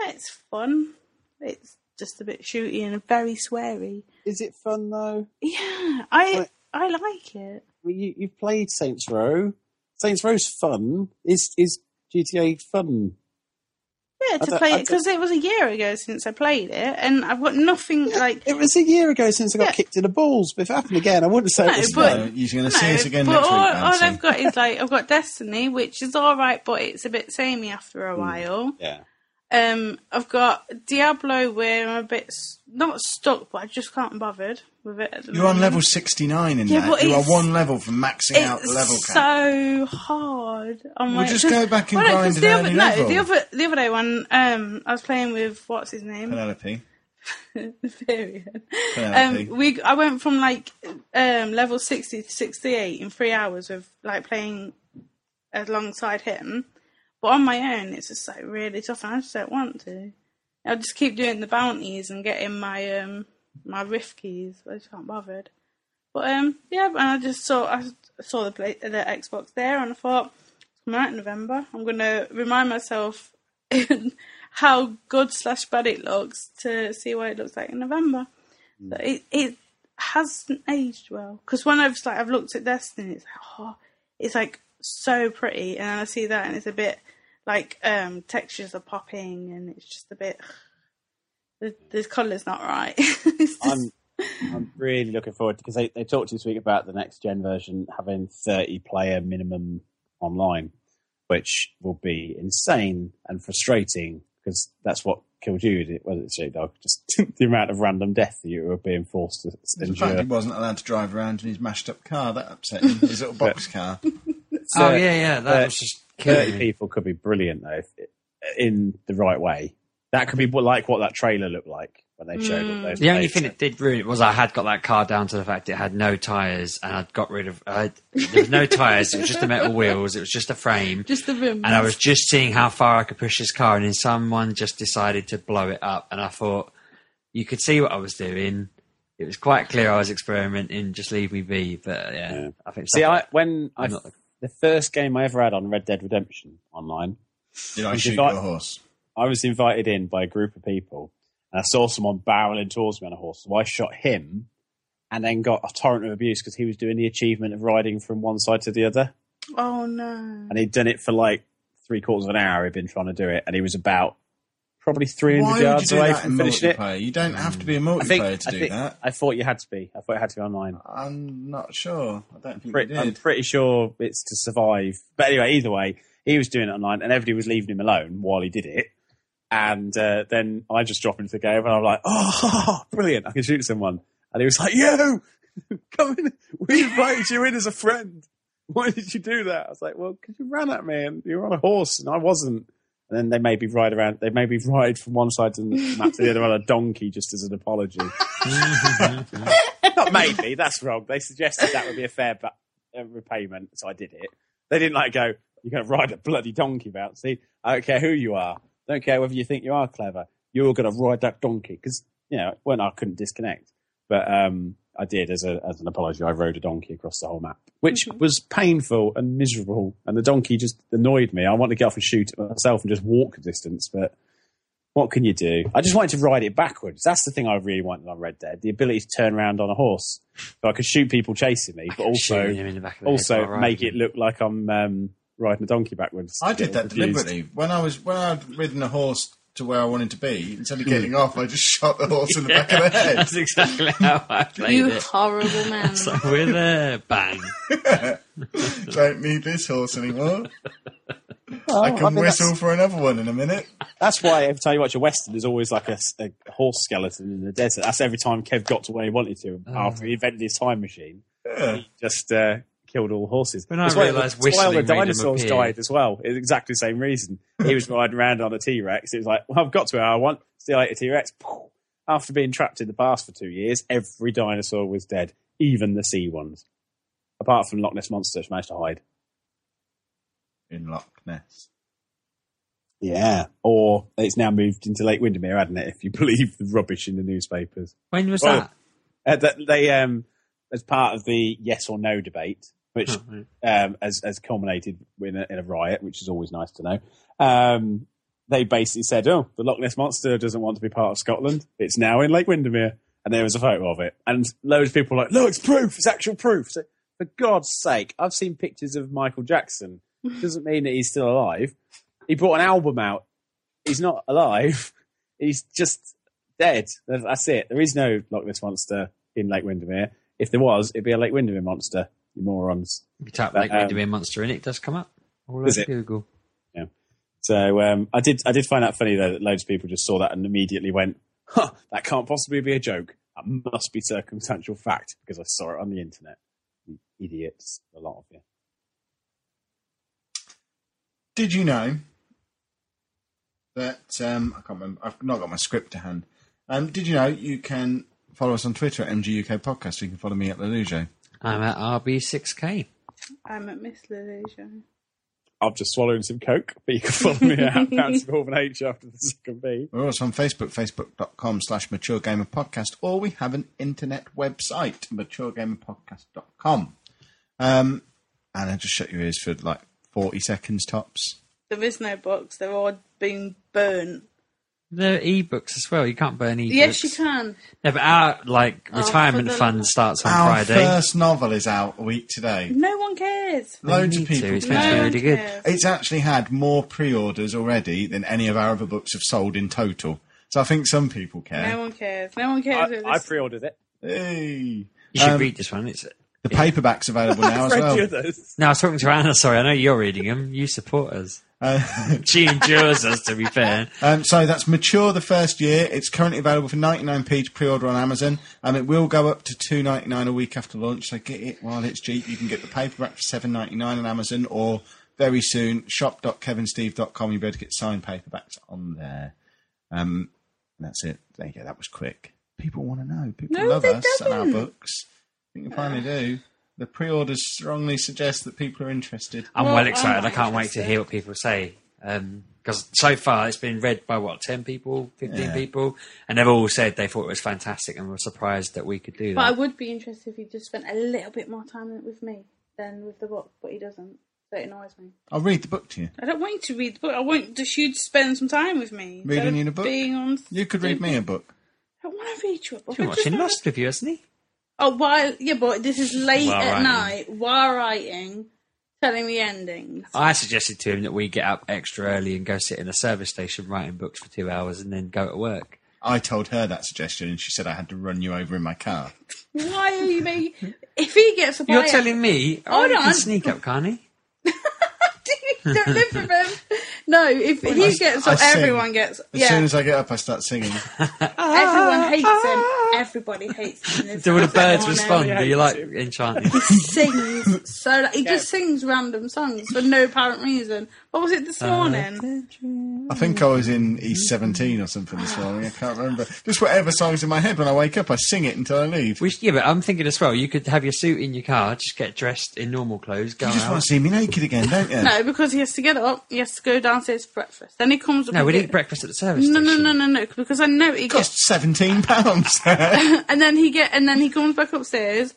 it's fun. It's just a bit shooty and very sweary. Is it fun though? Yeah, I Right. I like it. Well, you, you've played Saints Row. Saints Row's fun. Is is GTA fun? Yeah, I to don't- play I it because it was a year ago since I played it, and I've got nothing like. It was a year ago since I got Yeah. kicked in the balls. But if it happened again, I wouldn't say No, it was but- fun. So you're going to No, Uh, see us again but next week, all, all Nancy. I've Hmm. got is like I've got Destiny, which is all right, but it's a bit samey after a while. Yeah. Um, I've got Diablo where I'm a bit s- not stuck, but I just can't be bothered with it. At the You're on moment. level 69 in Yeah, that. but You are it's- one level from maxing out the It's level cap. so hard. I'm We'll like- just go back and Well, no, grind 'cause an the other, early no, level. the other the other day when um I was playing with what's his name Penelope. Varian. Penelope. Um, we I went from like um level sixty to sixty eight in three hours of like playing alongside him, but on my own it's just like really tough, and I just don't want to. I'll just keep doing the bounties and getting my um my riff keys. but I just can't bothered. But um yeah, and I just saw I saw the play, the Xbox there, and I thought coming out in November. I'm gonna remind myself how good slash bad it looks to see what it looks like in November. Mm. So it it hasn't aged well because when I've like I've looked at Destiny, it's like oh, it's like so pretty, and then I see that and it's a bit like um textures are popping, and it's just a bit the the colour's not right. It's just- I'm I'm really looking forward because they, they talked this week about the next gen version having 30 player minimum online, which will be insane and frustrating because that's what killed you. It was it Shape Dog. Just the amount of random death that you were being forced to The fact endure. he wasn't allowed to drive around in his mashed up car, that upset him. His little box car. oh So, yeah, yeah, that uh, was just 30 killing me. people could be brilliant though if- in the right way. That could be what- like what that trailer looked like when they showed all those. Mm. The only players. thing it did ruin it was I had got that car down to the fact it had no tires, and I'd got rid of. I, there was no tires. It was just the metal wheels. It was just a frame. just the room. and I was just seeing how far I could push this car, and then someone just decided to blow it up, and I thought you could see what I was doing. It was quite clear I was experimenting. Just leave me be. But yeah, Yeah. I think See, I when I I'm not- the first game I ever had on Red Dead Redemption online, Did I Did shoot I- your horse? I was invited in by a group of people, and I saw someone barreling towards me on a horse, so I shot him, and then got a torrent of abuse because he was doing the achievement of riding from one side to the other, oh no! and he'd done it for like three quarters of an hour. He'd been trying to do it, and he was about probably three Why hundred would you yards do away that in from finishing it. multiplayer? You don't have to be a multiplayer I think, to I, do think that. I thought you had to be. I thought it had to be online. I'm not sure. I don't think Pretty, we I'm did. pretty sure it's to survive. But anyway, either way, he was doing it online, and everybody was leaving him alone while he did it. And uh, then I just dropped into the game, and I'm like, "Oh, brilliant! I can shoot someone." And he was like, "Yo, come in. We invited you in as a friend. Why did you do that?" I was like, "Well, because you ran at me, and you were on a horse, and I wasn't." And then they made me ride around. They made me ride from one side to the map to the other on a donkey, just as an apology. Not maybe. That's wrong. They suggested that would be a fair ba- uh, repayment, so I did it. They didn't like go, you're going to ride a bloody donkey, Bouncy. I don't care who you are. I don't care whether you think you are clever. You're going to ride that donkey. Because, you know, when I couldn't disconnect. But um, I did, as, a, as an apology, I rode a donkey across the whole map, which was painful and miserable. And the donkey just annoyed me. I wanted to get off and shoot it myself and just walk the distance. But what can you do? I just wanted to ride it backwards. That's the thing I really wanted on Red Dead the ability to turn around on a horse. So I could shoot people chasing me, but also Shooting him in the back of the head also while make riding. it look like I'm um, riding a donkey backwards. I did that Confused. deliberately. When I was when I'd ridden a horse to where I wanted to be, instead of getting off, I just shot the horse in the back of the head. That's exactly how I played You it. horrible man! So we're there, bang. Don't need this horse anymore. Oh, I can mean, that's- whistle for another one in a minute. That's, why every time you watch a western, there's always like a, s- a horse skeleton in the desert. That's every time Kev got to where he wanted to after he invented his time machine. Yeah. He just uh, killed all the horses. When I That's why- realised that's why whistling all the made them dinosaurs appear. died as well. It's exactly the same reason. He was riding around on a T Rex. It was like, well, I've got to where I want. See you later, T Rex. After being trapped in the past for two years, every dinosaur was dead, even the sea ones. Apart from Loch Ness Monster, which managed to hide. In Loch Ness. Yeah. Or it's now moved into Lake Windermere, hasn't it? If you believe the rubbish in the newspapers. When Oh. was Well, that? Uh, that they, um, as part of the yes or no debate, which Oh, right. um, has, has culminated in a, in a riot, which is always nice to know, um, they basically said, oh, the Loch Ness Monster doesn't want to be part of Scotland. It's now in Lake Windermere. And there was a photo of it. And loads of people were like, look, it's proof. It's actual proof. So, for God's sake, I've seen pictures of Michael Jackson. Doesn't mean that he's still alive. He brought an album out. He's not alive. He's just dead. That- That's it. There is no Loch Ness monster in Lake Windermere. If there was, it'd be a Lake Windermere monster. You morons. You type But, like um, Windermere Monster in it, does come up. All Does over it? Google. So um, I did. I did find that funny though that loads of people just saw that and immediately went, "Huh, that can't possibly be a joke. That must be circumstantial fact because I saw it on the internet." You idiots, a lot of you. Did you know that um, I can't remember? I've not got my script to hand. Um, did you know you can follow us on Twitter at MGUK Podcast? You can follow me at Lelujo. I'm at RB6K. I'm at Miss Lillusion. I've just swallowed some coke, but you can follow me at Bouncy Corbin H after the second B. We're also on Facebook, facebook.com slash Mature Gamer Podcast, or we have an internet website, maturegamerpodcast.com. Um, and I just shut your ears for like 40 seconds tops. There is no books. They're all being burnt. There are ebooks as well. You can't burn ebooks. Yes, you can. No, but our like Oh, retirement for the- fund starts on Our Friday. first novel is out a week today. No one cares. We Loads of need to. people. It's No meant to be one really good. cares. It's actually had more pre orders already than any of our other books have sold in total. So I think some people No care. one cares. No one cares. I, if I this- pre-ordered it. Hey. You should Um, read this one. It's The paperback's available now as Read well. you those. no. I was talking to Anna. Sorry, I know you're reading them. You support us. Uh, She endures us. To be fair, Um, so that's Mature the first year. It's currently available for 99p to pre-order on Amazon. Um, it will go up to 2.99 a week after launch. So get it while it's cheap. You can get the paperback for 7.99 on Amazon, or very soon shop.kevinsteve.com. You'll be able to get signed paperbacks on there. Um, and that's it. There you go. That was quick. People want to know. People No, love they Ah. us and our don't. books. I think they finally do. The pre-orders strongly suggest that people are interested. I'm Well, well I'm excited. I not can't wait to interested. hear what people say. Because so far it's been read by what ten people, fifteen Yeah. people, and they've all said they thought it was fantastic and were surprised that we could do But I that. would be interested if he just spent a little bit more time with me than with the book, but he doesn't. So it annoys me. I'll read the book to you. I don't want you to read the book. I want just you to spend some time with me. instead Reading of you a book? Being on You could read me a book. I don't want to read you a He's book. been I just watching wanna- Lost with you, hasn't he? Oh, while yeah, but this is late While at writing. night while writing, telling me endings. I suggested to him that we get up extra early and go sit in a service station writing books for two hours and then go to work. I told her that suggestion, and she said I had to run you over in my car. Why are you making? If he gets a buyout, You're telling me, oh, Hold you can on. sneak up, can't he? don't live with him. No, if I- he gets, I or sing. everyone gets. As Yeah, soon as Ah! I get up, I start singing. everyone hates him. Everybody hates him. Do all the birds Everyone respond? hates Do you like enchanted? him. He sings so like, he just sings random songs for no apparent reason. What was it this Uh, morning? I think I was in East 17 or something this morning. I can't remember. Just whatever song's in my head when I wake up, I sing it until I leave. We should, yeah, but I'm thinking as well. You could have your suit in your car, just get dressed in normal clothes, go You just out. want to see me naked again, don't you? No, because he has to get up. He has to go downstairs for breakfast. Then he comes up. No, and we'd get- eat breakfast at the service No, no, station. no, no, no. Because I know he gets Cost seventeen pounds. I and then he get and then he comes back upstairs,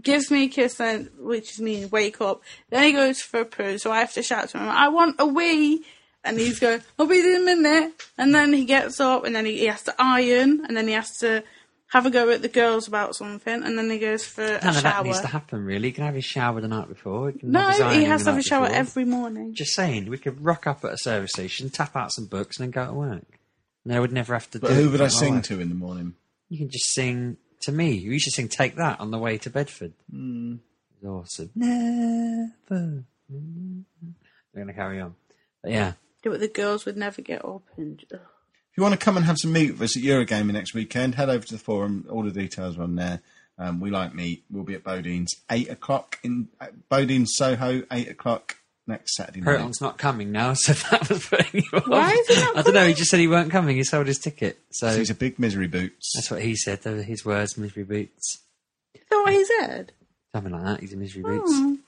gives me a kiss, and which is me wake up. Then he goes for a poo, so I have to shout to him, "I want a wee," and he's going, "I'll be there in a minute." And then he gets up, and then he, he has to iron, and then he has to have a go at the girls about something, and then he goes for a None of that needs to shower. happen, really. You can have his shower the night before. you can No, have his he ironing has the to have night a shower before. every morning. Just saying, we could rock up at a service station, tap out some books, and then go to work. And I would never have to do but who it would for I my sing life. to in the morning? You can just sing to me. You should sing Take That on the way to Bedford. Hmm. It's awesome. Never. We're going to carry on. But yeah. Do what the girls would never get up and. Ugh. If you want to come and have some meat with us at Eurogamer next weekend, head over to the forum. All the details are on there. Um, we like meat. We'll be at Bodine's eight o'clock in uh, Bodine's Soho, eight o'clock next Saturday night. Proton's not coming now, so that was putting you off. Why is he not I don't know. He just said he weren't coming. He sold his ticket. So He's a big misery boots. that's what he said. Those are his words, misery boots. Is that what Oh, he said? Something like that. He's a misery boots. Oh.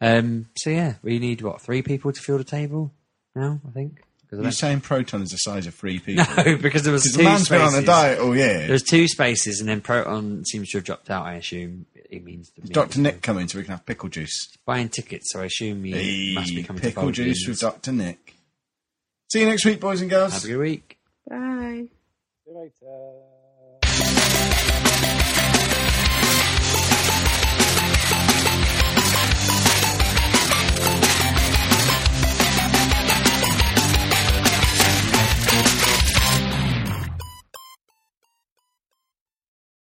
Um, so yeah, we need what three people to fill the table now. I think. 'Cause I You're saying Proton is the size of three people? don't- no, because there was Because two the man's been on spaces. a diet all There year. was two spaces, and then Proton seems to have dropped out. I assume it means the Dr. Nick coming so we can have pickle juice. buying tickets. So I assume he must Hey, be coming pickle to juice with Baldwin's. Dr. Nick. See you next week, boys and girls. Have a good week. Bye. See you later.